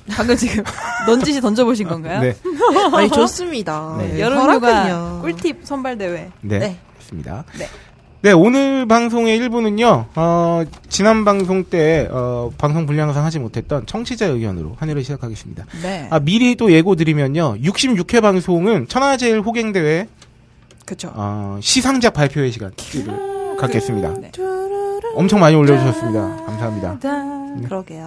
E: 방금 지금 [laughs] 넌지시 던져보신 건가요? [laughs]
D: 네.
F: 아니 좋습니다.
D: 네.
E: 여름 휴가
F: 허락은요.
E: 꿀팁 선발대회.
D: 네.
F: 네.
D: 좋습니다.
E: 네.
D: 네, 오늘 방송의 일부는요, 어, 지난 방송 때, 어, 방송 분량상 하지 못했던 청취자 의견으로 한 회를 시작하겠습니다.
E: 네.
D: 아, 미리 또 예고 드리면요, 66회 방송은 천하제일 호갱대회,
E: 그쵸.
D: 어, 시상작 발표회 시간, 를 어, 갖겠습니다.
E: 네.
D: 엄청 많이 올려주셨습니다. 감사합니다.
E: 짠.
F: 그러게요.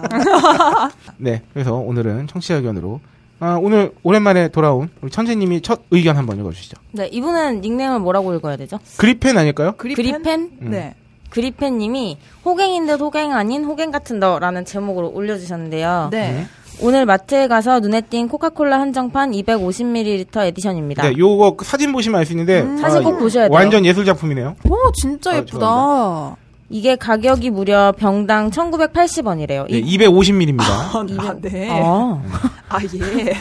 D: 네, 그래서 오늘은 청취자 의견으로, 아, 오늘 오랜만에 돌아온 우리 천재님이 첫 의견 한번 읽어주시죠.
G: 네, 이분은 닉네임을 뭐라고 읽어야 되죠?
D: 그리펜 아닐까요?
E: 그리펜?
G: 그리펜?
D: 음.
E: 네.
G: 그리펜님이 호갱인 듯 호갱 아닌 호갱 같은 너라는 제목으로 올려주셨는데요.
E: 네.
D: 음.
G: 오늘 마트에 가서 눈에 띈 코카콜라 한정판 250ml 에디션입니다.
D: 네, 요거 사진 보시면 알 수 있는데,
G: 음, 사진
D: 아,
G: 꼭 보셔야 돼요. 어,
D: 완전 예술 작품이네요.
E: 와, 진짜
D: 아,
E: 예쁘다.
G: 이게 가격이 무려 병당 1,980원이래요.
D: 네,
G: [laughs]
D: 250ml입니다.
E: 아, 네.
G: 아,
E: 아, 예.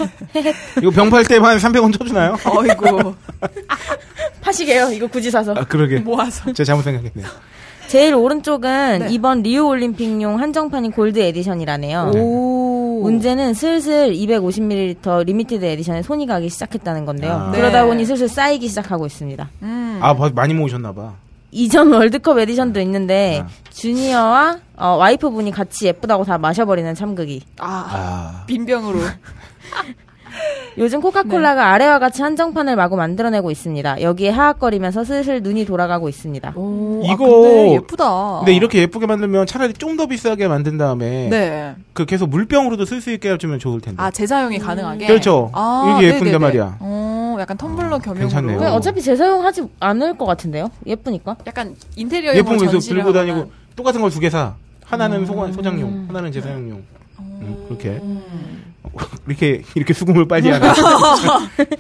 D: 이거 병팔 때만 300원 쳐주나요?
E: 어이구.
G: [laughs] 파시게요. 이거 굳이 사서.
D: 아, 그러게.
G: 뭐?
E: 모아서.
D: 제가 잘못 생각했네요.
G: 제일 오른쪽은
E: 네.
G: 이번 리우 올림픽용 한정판인 골드 에디션이라네요.
E: 오.
G: 문제는 슬슬 250ml 리미티드 에디션에 손이 가기 시작했다는 건데요.
D: 아.
G: 그러다
E: 네.
G: 보니 슬슬 쌓이기 시작하고 있습니다.
E: 음.
D: 아, 봐- 많이 모으셨나봐.
G: 이전 월드컵 에디션도 있는데
D: 아.
G: 주니어와 어, 와이프분이 같이 예쁘다고 다 마셔버리는 참극이.
E: 아,
D: 아.
E: 빈병으로.
G: 요즘 코카콜라가 아래와 같이 한정판을 마구 만들어내고 있습니다. 여기에 하악거리면서 슬슬 눈이 돌아가고 있습니다.
E: 오,
D: 이거-
E: 근데 예쁘다.
D: 아.
G: 어.
D: 근데 이렇게 예쁘게 만들면 차라리 좀 더 비싸게 만든 다음에
E: 네.
D: 그 계속 물병으로도 쓸 수 있게 해주면 좋을 텐데.
E: 아 제사용이
G: 예.
E: 가능하게. 아,
D: 그렇죠.
G: 아,
D: 이게 예쁜데
E: 네네네.
D: 말이야. 아,
E: 어, 약간 텀블러 겸용으로.
D: 괜찮네요.
G: 그냥 어차피 재사용하지 않을 것 같은데요? 예쁘니까.
E: 약간 뭐 인테리어
D: 예쁜 거 계속 들고 다니고 똑같은 걸 두 개 사. 하나는 소관, 소장용, 하나는 제사용용. 음, 그렇게 [laughs] 이렇게 이렇게 수긍을 빨리 하는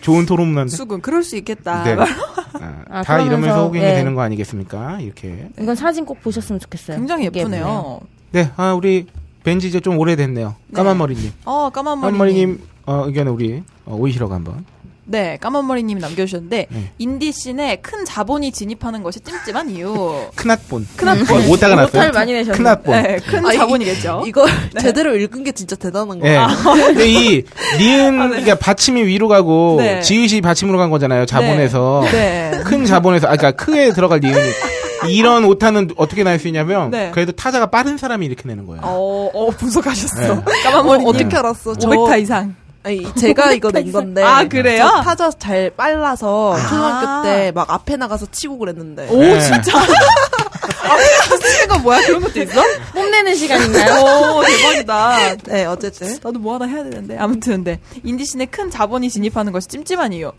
D: 좋은 토론문한데.
E: 수금 그럴 수 있겠다. [laughs]
D: 네. 아,
G: 아,
D: 다 이러면서
G: 그러면서,
D: 호갱이
G: 예.
D: 되는 거 아니겠습니까? 이렇게.
G: 이건 사진 꼭 보셨으면 좋겠어요.
E: 굉장히
G: 되게 예쁘네요.
E: 네. 예쁘네요.
D: 네, 아 우리 벤지 이제 좀 오래됐네요. 까만 머리님.
E: 어 까만 머리.
D: 한머리님 어, 의견을 우리 어, 오이시라고 한번.
E: 네 까만 머리님 남겨주셨는데
D: 네.
E: 인디 씬에 큰 자본이 진입하는 것이 찜찜한 이유.
D: 큰앗본.
E: 큰앗본.
D: 어, 오타가 났어요.
G: 오타를 많이 내셨네.
D: 큰앗본.
E: 네, 큰
F: 아, 이-
E: 자본이겠죠. [laughs] 네.
F: 이걸 제대로 읽은 게 진짜 대단한
D: 예.
F: 거예요. 아,
D: 근데 이 니은 그러니까 받침이 위로 가고
E: 네.
D: 지읒이 받침으로 간 거잖아요. 자본에서
E: 네.
D: 큰 자본에서 아 그러니까 크에 들어갈 니은이 이런 오타는 어떻게 날 수 있냐면
E: 네.
D: 그래도 타자가 빠른 사람이 이렇게 내는 거예요.
E: 어, 어 분석하셨어. 그러니까
D: 네.
E: 까만 머리.
F: 어, 떻게 알았어? 저
E: 500타 이상.
F: 아니, 제가 이거 낸 건데.
E: 아, 그래요?
F: 저 타자 잘 빨라서
D: 아.
F: 초등학교 때 막 앞에 나가서 치고 그랬는데.
E: 오
D: 네.
E: 어, [laughs] 진짜. 아, 쓰는 건 뭐야? 그런 것도 있어?
G: 뽐내는 시간인가요?
E: 오 네. 어, 대박이다.
F: 네, 어쨌든.
E: 나도 뭐 하나 해야 되는데 아무튼 네 인디씬에 큰 자본이 진입하는 것이 찜찜한 이유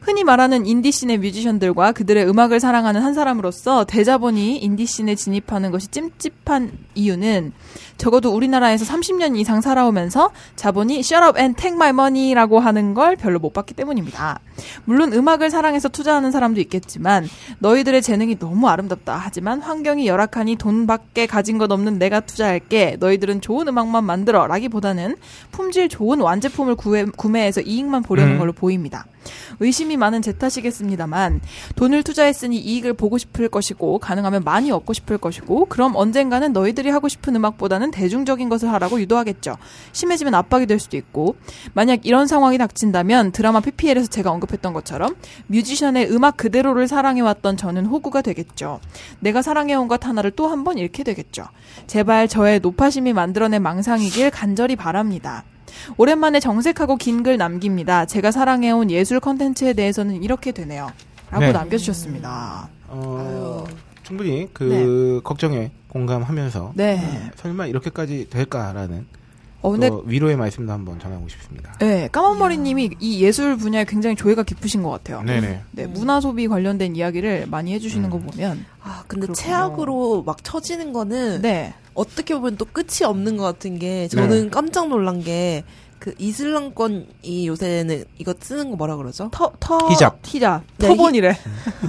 E: 흔히 말하는 인디씬의 뮤지션들과 그들의 음악을 사랑하는 한 사람으로서 대자본이 인디씬에 진입하는 것이 찜찜한 이유는 적어도 우리나라에서 30년 이상 살아오면서 자본이 Shut up and take my money라고 하는 걸 별로 못 봤기 때문입니다. 물론 음악을 사랑해서 투자하는 사람도 있겠지만 너희들의 재능이 너무 아름답다. 하지만 환경이 열악하니 돈밖에 가진 것 없는 내가 투자할게. 너희들은 좋은 음악만 만들어. 라기보다는 품질 좋은 완제품을 구해, 구매해서 이익만 보려는
D: 음.
E: 걸로 보입니다. 의심이 많은 제 탓이겠습니다만 돈을 투자했으니 이익을 보고 싶을 것이고 가능하면 많이 얻고 싶을 것이고 그럼 언젠가는 너희들이 하고 싶은 음악보다는 대중적인 것을 하라고 유도하겠죠. 심해지면 압박이 될 수도 있고 만약 이런 상황이 닥친다면 드라마 PPL에서 제가 언급했던 것처럼 뮤지션의 음악 그대로를 사랑해왔던 저는 호구가 되겠죠. 내가 사랑해온 것 하나를 또 한 번 잃게 되겠죠. 제발 저의 노파심이 만들어낸 망상이길 간절히 바랍니다. 오랜만에 정색하고 긴 글 남깁니다. 제가 사랑해온 예술 컨텐츠에 대해서는 이렇게 되네요. 라고
D: 네.
E: 남겨주셨습니다.
D: 어, 충분히 그 걱정에 공감하면서
E: 네.
D: 설마 이렇게까지 될까라는
E: 어, 근데,
D: 또 위로의 말씀도 한번 전하고 싶습니다.
E: 네, 까만머리님이 이 예술 분야에 굉장히 조예가 깊으신 것 같아요.
D: 네네. 음.
E: 네, 문화 소비 관련된 이야기를 많이 해주시는 거 보면,
F: 아 근데
E: 그렇군요.
F: 최악으로 막 처지는 거는
E: 네,
F: 어떻게 보면 또 끝이 없는 것 같은 게 저는 깜짝 놀란 게 그 이슬람권이 요새는 이거 쓰는 거 뭐라 그러죠?
E: 터, 터,
D: 히잡.
E: 히잡.
F: 네,
E: 터번이래.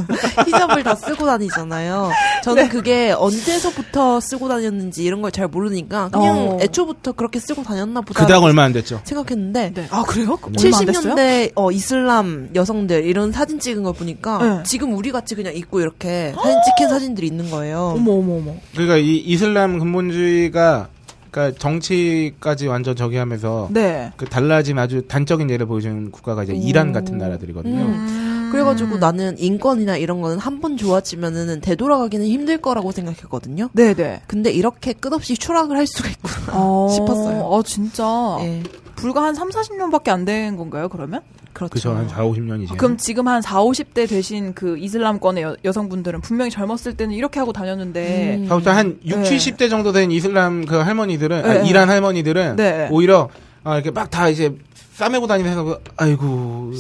F: 그러니까 히잡을 다 쓰고 다니잖아요.
E: 네.
F: 저는 그게 언제서부터 쓰고 다녔는지 이런 걸 잘 모르니까 그냥
E: 어. 애초부터
F: 애초부터 그렇게 쓰고 다녔나 보다
D: 그닥 얼마 안 됐죠.
F: 생각했는데
E: 네. 아, 그래요? 얼마 안 됐어요?
F: 70년대 어, 이슬람 여성들 이런 사진 찍은 걸 보니까
E: 네.
F: 지금 우리 같이 그냥 입고 이렇게 사진 찍힌 사진들이 있는 거예요.
E: 어머, 어머, 어머.
D: 그러니까 이 이슬람 근본주의가 그러니까 정치까지 완전 저기 하면서
E: 네.
D: 그 달라진 아주 단적인 예를 보여주는 국가가 이제 이란 같은 나라들이거든요.
E: 음,
F: 음. 그래가지고 나는 인권이나 이런 거는 한 번 좋아지면은 되돌아가기는 힘들 거라고 생각했거든요.
E: 네네.
F: 근데 이렇게 끝없이 추락을 할 수가 있구나
E: 어,
F: 싶었어요.
E: 어, 진짜.
F: 예,
E: 불과 한 3, 40년밖에 안 된 건가요, 그러면?
F: 그렇죠.
D: 그죠 한 4, 50년이지.
E: 아, 그럼 지금 한 4, 50대 되신 그 이슬람권의 여, 성분들은 분명히 젊었을 때는 이렇게 하고 다녔는데
F: 음.
D: 사실 한 6,
E: 네.
D: 70대 정도 된 이슬람 그 할머니들은 아,
E: 네.
D: 이란 할머니들은
E: 네.
D: 오히려 아, 이렇게 막 다 이제 싸매고 다니면서 해서 아이고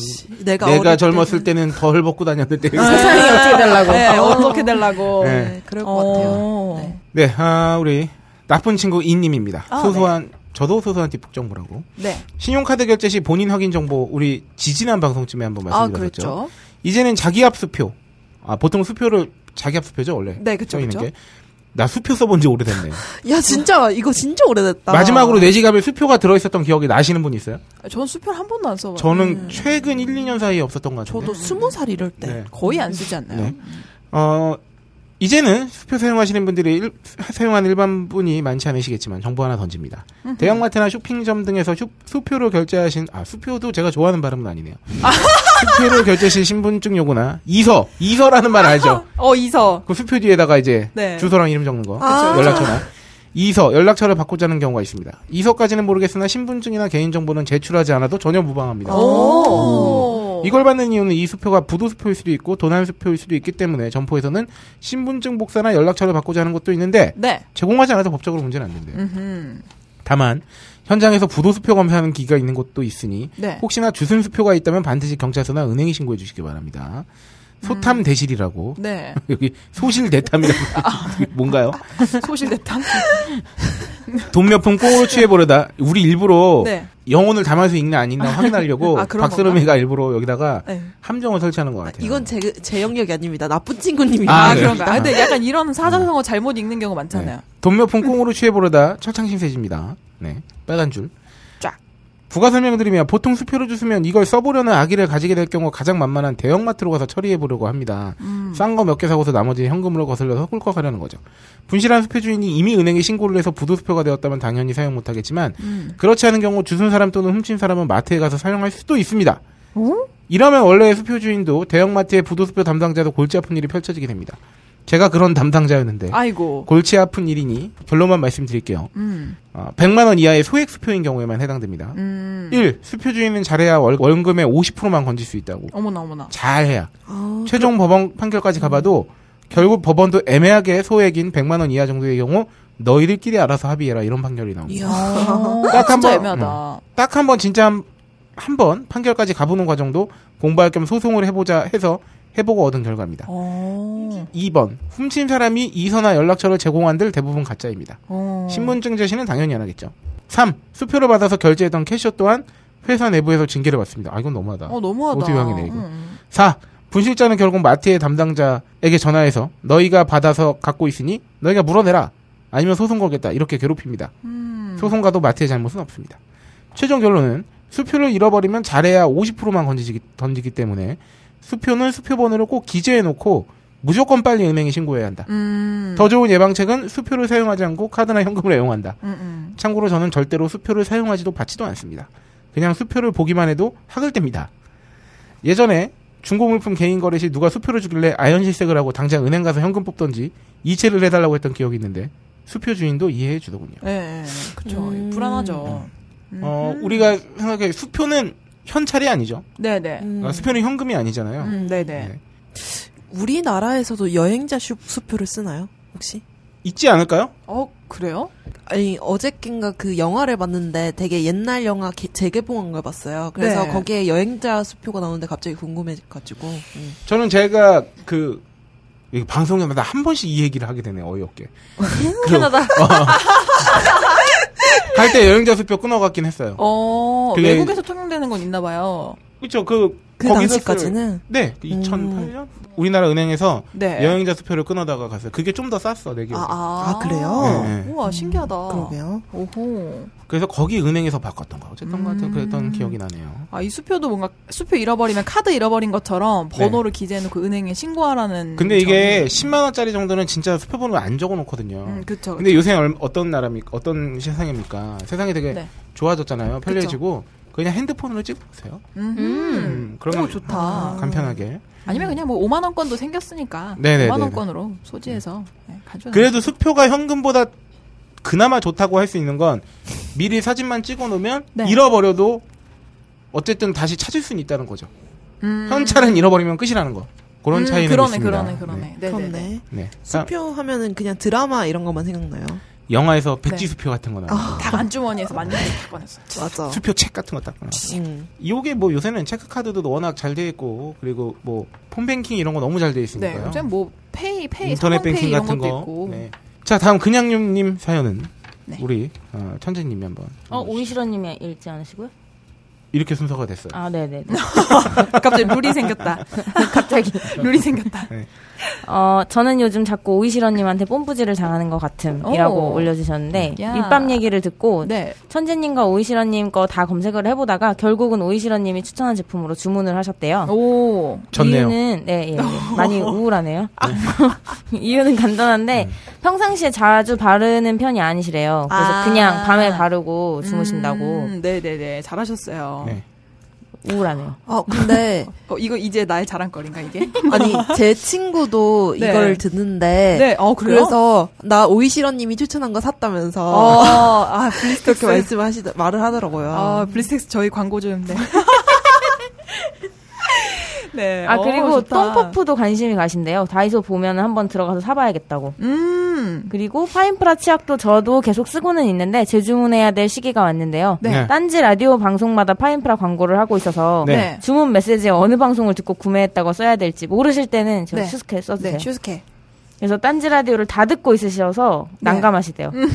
F: 내가,
D: 내가
F: 어릴
D: 젊었을 때는 덜 벗고 다녔는데
E: 아,
G: 세상이 어떻게 되려고.
E: 네, 어떻게 되려고.
D: 네.
F: 때는 네, 그럴 것
E: 어.
F: 같아요. 네.
D: 네, 아, 우리 나쁜 친구 이님입니다.
E: 아,
D: 소소한 저도 소소한 뒷북 정보라고.
E: 네.
D: 신용카드 결제 시 본인 확인 정보 우리 지지난 방송쯤에 한번
E: 아,
D: 말씀드렸죠.
E: 그렇죠.
D: 이제는 자기 앞 수표. 아 보통 수표를 자기 앞 수표죠 원래.
E: 네, 그쵸,
D: 써 있는
E: 그쵸.
D: 게. 나 수표 써본 지 오래됐네. 요
F: 야 진짜 이거 진짜 오래됐다.
D: 마지막으로 내 지갑에 수표가 들어있었던 기억이 나시는 분 있어요?
E: 아, 전 수표를 한 번도 안 써봐요. 네.
D: 저는 최근 1, 2년 사이에 없었던 것 같은데.
F: 저도 스무 살 이럴 때.
D: 네.
E: 거의 안 쓰지 않나요?
D: 네. 어, 이제는 수표 사용하시는 분들이 일- 사용하는 일반 분이 많지 않으시겠지만 정보 하나 던집니다. 대형마트나 쇼핑점 등에서 슈- 수표로 결제하신 아 수표도 제가 좋아하는 발음은 아니네요. 수표로 결제시 신분증 요구나 이서 이서라는 말 알죠?
E: 어, 이서.
D: 그 수표 뒤에다가 이제
E: 네.
D: 주소랑 이름 적는 거
F: 아.
D: 연락처나 이서 연락처를 바꾸자는 경우가 있습니다. 이서까지는 모르겠으나 신분증이나 개인정보는 제출하지 않아도 전혀
E: 어.
D: 무방합니다.
E: 오.
D: 이걸 받는 이유는 이 수표가 부도 수표일 수도 있고 도난 수표일 수도 있기 때문에 점포에서는 신분증 복사나 연락처를 바꾸자 하는 것도 있는데
E: 네.
D: 제공하지 않아도 법적으로 문제는 안 된대요.
E: 음흠.
D: 다만 현장에서 부도 수표 검사하는 기가 있는 곳도 있으니
E: 네.
D: 혹시나 주순 수표가 있다면 반드시 경찰서나 은행에 신고해 주시기 바랍니다. 소탐 대실이라고
E: 음. 네.
D: [laughs] 여기 소실 대탐이라고 뭔가요?
E: 소실됐다.
D: 돈 몇 푼 꼬로 취해보려다 우리 일부러
E: 네.
D: 영혼을 담아서 읽나 안
E: [laughs]
D: 읽나 확인하려고
E: 아, 그런
D: 박스름이가 일부러 여기다가
E: 네.
D: 함정을 설치하는 것
F: 아,
D: 같아요.
F: 이건 제, 제 영역이 아닙니다. 나쁜 친구님이.
D: 음. 아,
E: 아,
D: 네.
E: 그런가. 아, 근데 약간 이런 사자성어 잘못 읽는 경우 많잖아요.
D: 돈몇푼 꽁으로 취해보려다 철창신세집니다. 네. 빨간 줄.
E: 쫙.
D: 부가 설명드리면 보통 수표로 주시면 이걸 써보려는 아기를 가지게 될 경우 가장 만만한 대형마트로 가서 처리해보려고 합니다.
E: 음.
D: 싼 거 몇 개 사고서 나머지 현금으로 거슬려서 꿀꺽하려는 거죠. 분실한 수표 주인이 이미 은행에 신고를 해서 부도 수표가 되었다면 당연히 사용 못하겠지만
E: 음.
D: 그렇지 않은 경우 주순 사람 또는 훔친 사람은 마트에 가서 사용할 수도 있습니다.
E: 어?
D: 이러면 원래 수표 주인도 대형마트의 부도 수표 담당자도 골치 아픈 일이 펼쳐지게 됩니다. 제가 그런 담당자였는데
E: 아이고.
D: 골치 아픈 일이니 결론만 말씀드릴게요.
E: 음.
D: 어, 100만 원 이하의 소액 수표인 경우에만 해당됩니다.
E: 음.
D: 1. 수표 주인은 잘해야 월, 금의 50%만 건질 수 있다고.
E: 어머나, 어머나.
D: 잘해야.
F: 아,
D: 최종 법원 판결까지 가봐도 결국 법원도 애매하게 소액인 100만 원 이하 정도의 경우 너희들끼리 알아서 합의해라 이런 판결이 나옵니다.
E: [laughs]
F: 이야.
E: 어,
D: 딱
E: 진짜
D: 한 번, 음.
E: 애매하다.
D: 딱 한 번 진짜 한- 한 번 판결까지 가보는 과정도 공부할 겸 소송을 해보자 해서 해보고 얻은 결과입니다.
E: 어.
D: 2번 훔친 사람이 이서나 연락처를 제공한들 대부분 가짜입니다.
E: 어.
D: 음. 신분증 제시는 당연히 안 하겠죠. 3. 수표를 받아서 결제했던 캐셔 또한 회사 내부에서 징계를 받습니다. 아 이건 너무하다.
E: 어 너무하다.
D: 어떻게 확인해, 이거?
E: 음.
D: 4. 분실자는 결국 마트의 담당자에게 전화해서 너희가 받아서 갖고 있으니 너희가 물어내라. 아니면 소송 걸겠다. 이렇게 괴롭힙니다.
E: 음.
D: 소송가도 마트의 잘못은 없습니다. 최종 결론은 수표를 잃어버리면 잘해야 50%만 건지기, 던지기 때문에 수표는 수표번호를 꼭 기재해놓고 무조건 빨리 은행에 신고해야 한다.
E: 음.
D: 더 좋은 예방책은 수표를 사용하지 않고 카드나 현금을 애용한다.
E: 음, 음.
D: 참고로 저는 절대로 수표를 사용하지도 받지도 않습니다. 그냥 수표를 보기만 해도 학을 뗍니다. 예전에 중고물품 개인 거래 시 누가 수표를 주길래 아연 실색을 하고 당장 은행 가서 현금 뽑던지 이체를 해달라고 했던 기억이 있는데 수표 주인도 이해해 주더군요.
E: 예, 예, 예. 그렇죠.
F: 음.
E: 불안하죠.
D: 어, 우리가 생각해 수표는 현찰이 아니죠.
E: 네, 네.
F: 음.
D: 아, 수표는 현금이 아니잖아요.
E: 음, 네, 네.
D: 네.
F: 우리나라에서도 여행자 슈- 수표를 쓰나요? 혹시?
D: 있지 않을까요?
E: 어, 그래요?
F: 아니 어제낀가 그 영화를 봤는데 되게 옛날 영화 개- 재개봉한 걸 봤어요. 그래서
E: 네.
F: 거기에 여행자 수표가 나오는데 갑자기 궁금해가지고 음.
D: 저는 제가 그 이게 방송에마다 한 번씩 이 얘기를 하게 되네 요 [laughs] 어이없게. 어.
G: 캐나다.
D: [laughs] 갈 때 여행자 수표 끊어갔긴 했어요.
E: 어,
D: 그게-
E: 외국에서 통용되는 건 있나 봐요.
D: 그렇죠. 그,
F: 그
D: 거기서
F: 당시까지는 음.
D: 쓸- 네, 2008년 우리나라 은행에서
E: 네.
D: 여행자 수표를 끊어다가 갔어요. 그게 좀 더 쌌어 네 내 기억.
E: 아,
D: 에
E: 아.
F: 아, 그래요?
D: 네, 네.
E: 우와, 신기하다.
F: 그러게요.
E: 오호.
D: 그래서 거기 은행에서 바꿨던 거 어쨌든 것
F: 음.
D: 같은 그랬던 기억이 나네요.
E: 아, 이 수표도 뭔가 수표 잃어버리면 카드 잃어버린 것처럼 번호를 기재해놓고 은행에
F: 음,
E: 신고하라는.
D: 네. 근데 이게 10만 원짜리 정도는 진짜 수표 번호 안 적어 놓거든요.
E: 점. 음, 그쵸.
D: 근데 요새 얼- 어떤 나라입니까? 어떤 세상입니까? 세상이 되게
E: 네.
D: 좋아졌잖아요. 편리해지고 그냥 핸드폰으로 찍으세요.
E: 음.
D: 음, 그러면
E: 오, 좋다.
D: 아, 간편하게.
E: 아니면 그냥 뭐 5만 원권도 생겼으니까
D: 네네네네.
E: 5만 원권으로 소지해서 네, 가져.
D: 그래도 수표가 현금보다 그나마 좋다고 할 수 있는 건 미리 사진만 찍어 놓으면
E: 네.
D: 잃어버려도 어쨌든 다시 찾을 수는 있다는 거죠.
E: 음.
D: 현찰은 잃어버리면 끝이라는 거. 그런
E: 음,
D: 차이는
E: 그러네,
D: 있습니다.
E: 그러네, 그러네. 네. 네, 네.
F: 그렇네.
D: 네. 네. 자,
F: 수표 하면은 그냥 드라마 이런 것만 생각나요.
D: 영화에서 백지
E: 네.
D: 수표 같은 거 나와.
E: 다 안주머니에서 만든 다 꺼냈어.
F: 맞아.
D: 수표 책 같은 거딱 나와.
F: 음.
D: 요게 뭐 요새는 체크카드도 워낙 잘 돼 있고 그리고 뭐 폰뱅킹 이런 거 너무 잘 돼
E: 네,
D: 있으니까요.
E: 요새 뭐 페이, 페이,
D: 인터넷
E: 페이
D: 뱅킹
E: 이런
D: 같은
E: 것도
D: 거.
E: 있고.
D: 네. 자 다음 그냥님님 사연은
E: 네.
D: 우리 어, 천재님이 한번
G: 어, 오이시러님이 읽지 않으시고요?
D: 이렇게 순서가 됐어요.
G: 아, 네네네.
E: 갑자기 룰이 [laughs] 생겼다.
G: 갑자기.
E: 룰이 생겼다.
G: 어, 저는 요즘 자꾸 오이시러님한테 뽐부질을 당하는 것
E: 오.
G: 같음이라고 올려주셨는데,
E: 야.
G: 립밤 얘기를 듣고,
E: 네.
G: 천재님과 오이시러님 거 다 검색을 해보다가, 결국은 오이시러님이 추천한 제품으로 주문을
E: 아,
G: 하셨대요.
E: 오.
D: 좋네요.
G: 이유는 네,
E: [laughs]
G: 예. 많이 우울하네요.
E: 아.
G: [laughs] 이유는 간단한데 평상시에 자주 바르는 편이 아니시래요. 그래서
E: 아.
G: 그냥 밤에 바르고 주무신다고
E: 음, 네네네. 잘하셨어요.
D: 네.
G: 우울하네요.
F: 아 [laughs] 근데
E: 어, 이거 이제 나의 자랑거리인가, 이게?
F: 아니 제 친구도
E: 네.
F: 이걸 듣는데
E: [laughs] 네, 어, 그래요?
F: 그래서 나 오이시러님이 추천한 거 샀다면서
E: 어, 아,
F: [laughs] 그렇게
E: 블리스텍스.
F: 말씀하시다 말을 하더라고요.
E: 아, 블리스텍스 저희 [laughs] 광고주인데. 네.
G: 아
E: 어,
G: 그리고
E: 좋다.
G: 똥퍼프도 관심이 가신대요. 다이소 보면 한번 들어가서 사봐야겠다고.
E: 음.
G: 그리고 파인프라 치약도 저도 계속 쓰고는 있는데 재주문해야 될 시기가 왔는데요.
D: 네.
G: 딴지 라디오 방송마다 파인프라 광고를 하고 있어서
D: 네.
E: 네.
G: 주문 메시지에 어느 방송을 듣고 구매했다고 써야 될지 모르실 때는 저
E: 네.
G: 슈스케 써주세요.
E: 네, 슈스케.
G: 그래서 딴지 라디오를 다 듣고 있으셔서
E: 네.
G: 난감하시대요. [laughs]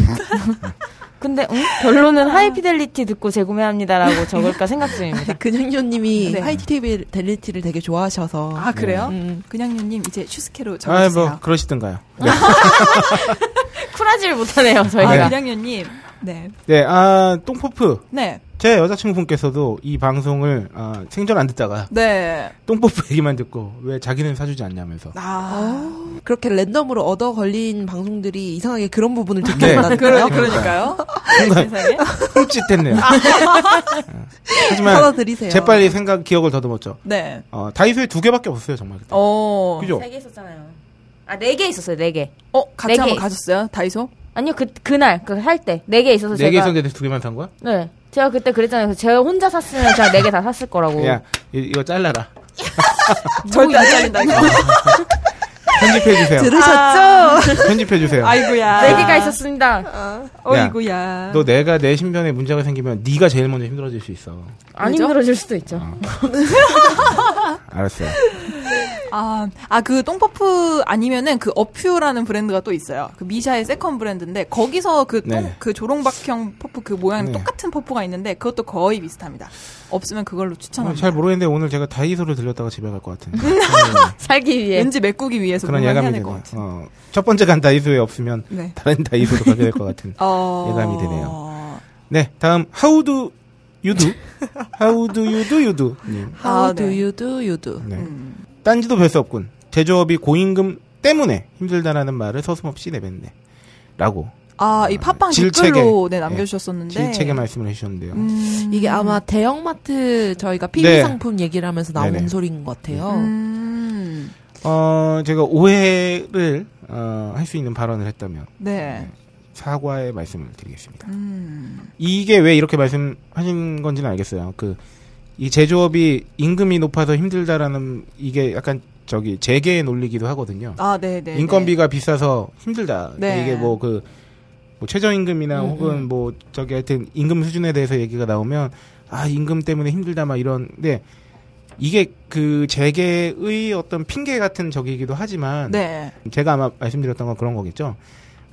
G: 근데 응? 결론은 하이피델리티 듣고 재구매합니다라고 적을까 생각 중입니다.
F: [laughs] 근현유님이
E: 네.
F: 하이티비 델리티를 되게 좋아하셔서
E: 아, 그래요?
F: 음.
E: 그냥요님, 이제 슈스케로
D: 아,
E: 적어주세요.
D: 뭐 그러시든가요. 네.
G: 쿨하지를 못하네요 저희가.
E: 아, 그냥요님. 네.
D: 네, 아 똥퍼프
E: 네.
D: 제 여자친구분께서도 이 방송을 아, 생전 안 듣다가
E: 네.
D: 똥퍼프 얘기만 듣고 왜 자기는 사주지 않냐면서
E: 아.
F: 그렇게 랜덤으로 얻어 걸린 방송들이 이상하게 그런 부분을 듣게
D: 네.
F: 된다는
E: 그러,
F: 거예요.
E: 그러니까요.
D: 순간
E: 세상에.
D: 흠칫했네요.
E: 아.
D: 하지만
F: 받아들이세요.
D: 재빨리 생각 기억을 더듬었죠.
E: 네.
D: 어, 다이소에 두 개밖에 없어요 정말 그때.
E: 어.
D: 그죠?
G: 세네 개 있었잖아요. 아 네 개 있었어요 네 개.
E: 어,
G: 네
E: 같이 한번
G: 개.
E: 가셨어요? 다이소?
G: 아니요 그 그날 그 할 때 네 개 있어서
D: 네 개
G: 제가
D: 있었는데 두 개만 산 거야?
G: 네 제가 그때 그랬잖아요. 그래서 제가 혼자 샀으면 제가 네 개 다
E: 어.
G: 샀을 거라고.
D: 야 이, 이거 잘라라.
E: 절대 안 잘린다, 이거.
D: 편집해 주세요. 아.
F: 들으셨죠?
D: 편집해 주세요.
E: 아이고야.
G: 네 개가 있었습니다.
E: 어이구야.
D: 너 내가 내 신변에 문제가 생기면 네가 제일 먼저 힘들어질 수 있어.
G: 안
F: 왜죠?
G: 힘들어질 수도 있죠.
D: 알았어.
E: 아, 아, 그 똥퍼프 아니면은 그 어퓨라는 브랜드가 또 있어요. 그 미샤의 세컨 브랜드인데 거기서 그 똥,
D: 네.
E: 그 조롱박형 퍼프 그 모양
D: 네.
E: 똑같은 퍼프가 있는데 그것도 거의 비슷합니다. 없으면 그걸로 추천합니다.
D: 어, 잘 모르겠는데 오늘 제가 다이소를 들렸다가 집에 갈 것 같은. 음,
G: 살기 위해.
E: 예. 왠지 메꾸기
D: 예.
E: 위해서
D: 그런
E: 뭔가 해야
D: 예감이
E: 될
D: 드네요.
E: 것 같아요.
D: 어, 첫 번째 간 다이소에 없으면
E: 네.
D: 다른 다이소로 가게 될 것 같은.
E: 어...
D: 예감이 드네요. 네, 다음 How do you
E: [laughs]
D: do? How do you do you do? 님.
E: 아,
F: How do
E: 네.
F: you do you do?
D: 네.
E: 음.
D: 딴지도 별 수 없군. 제조업이 고임금 때문에 힘들다라는 말을 서슴없이 내뱉네. 라고
E: 아, 이 팟빵
D: 질책에.
E: 댓글로 네,
D: 예.
E: 남겨주셨었는데.
D: 질책의 말씀을 해주셨는데요.
E: 음.
F: 이게 아마 대형마트 저희가 PB
D: 네.
F: 상품 얘기를 하면서 나온
D: 네네.
F: 소리인 것 같아요.
E: 음.
D: 어, 제가 오해를 어, 할 수 있는 발언을 했다면
E: 네.
D: 사과의 말씀을 드리겠습니다.
E: 음.
D: 이게 왜 이렇게 말씀하신 건지는 알겠어요. 그 이 제조업이 임금이 높아서 힘들다라는 이게 약간 저기 재계의 논리기도 하거든요.
E: 아, 네, 네.
D: 인건비가 비싸서 힘들다.
E: 네.
D: 이게 뭐 그 최저임금이나
F: 음,
D: 혹은 뭐 저기 하여튼 임금 수준에 대해서 얘기가 나오면 아 임금 때문에 힘들다 막 이런데 네. 이게 그 재계의 어떤 핑계 같은 저기이기도 하지만
E: 네.
D: 제가 아마 말씀드렸던 건 그런 거겠죠.